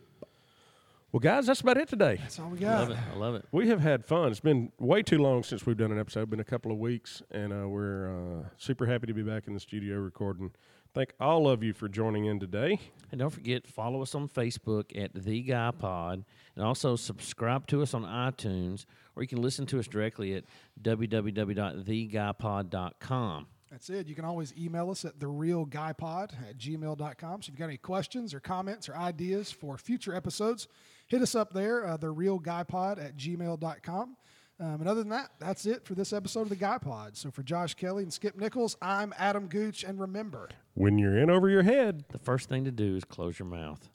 Well, guys, that's about it today.
That's all we
I
got.
love it. I love it.
We have had fun. It's been way too long since we've done an episode. Been a couple of weeks, and uh, we're uh, super happy to be back in the studio recording. Thank all of you for joining in today.
And don't forget, follow us on Facebook at The Guy Pod, and also subscribe to us on iTunes, or you can listen to us directly at www.theguypod.com.
That's it. You can always email us at therealguypod at gmail.com. So if you've got any questions or comments or ideas for future episodes, hit us up there, uh, therealguypod at gmail.com. Um, and other than that, that's it for this episode of the Guy Pod. So for Josh Kelly and Skip Nichols, I'm Adam Gooch. And remember,
When you're in over your head,
The first thing to do is close your mouth.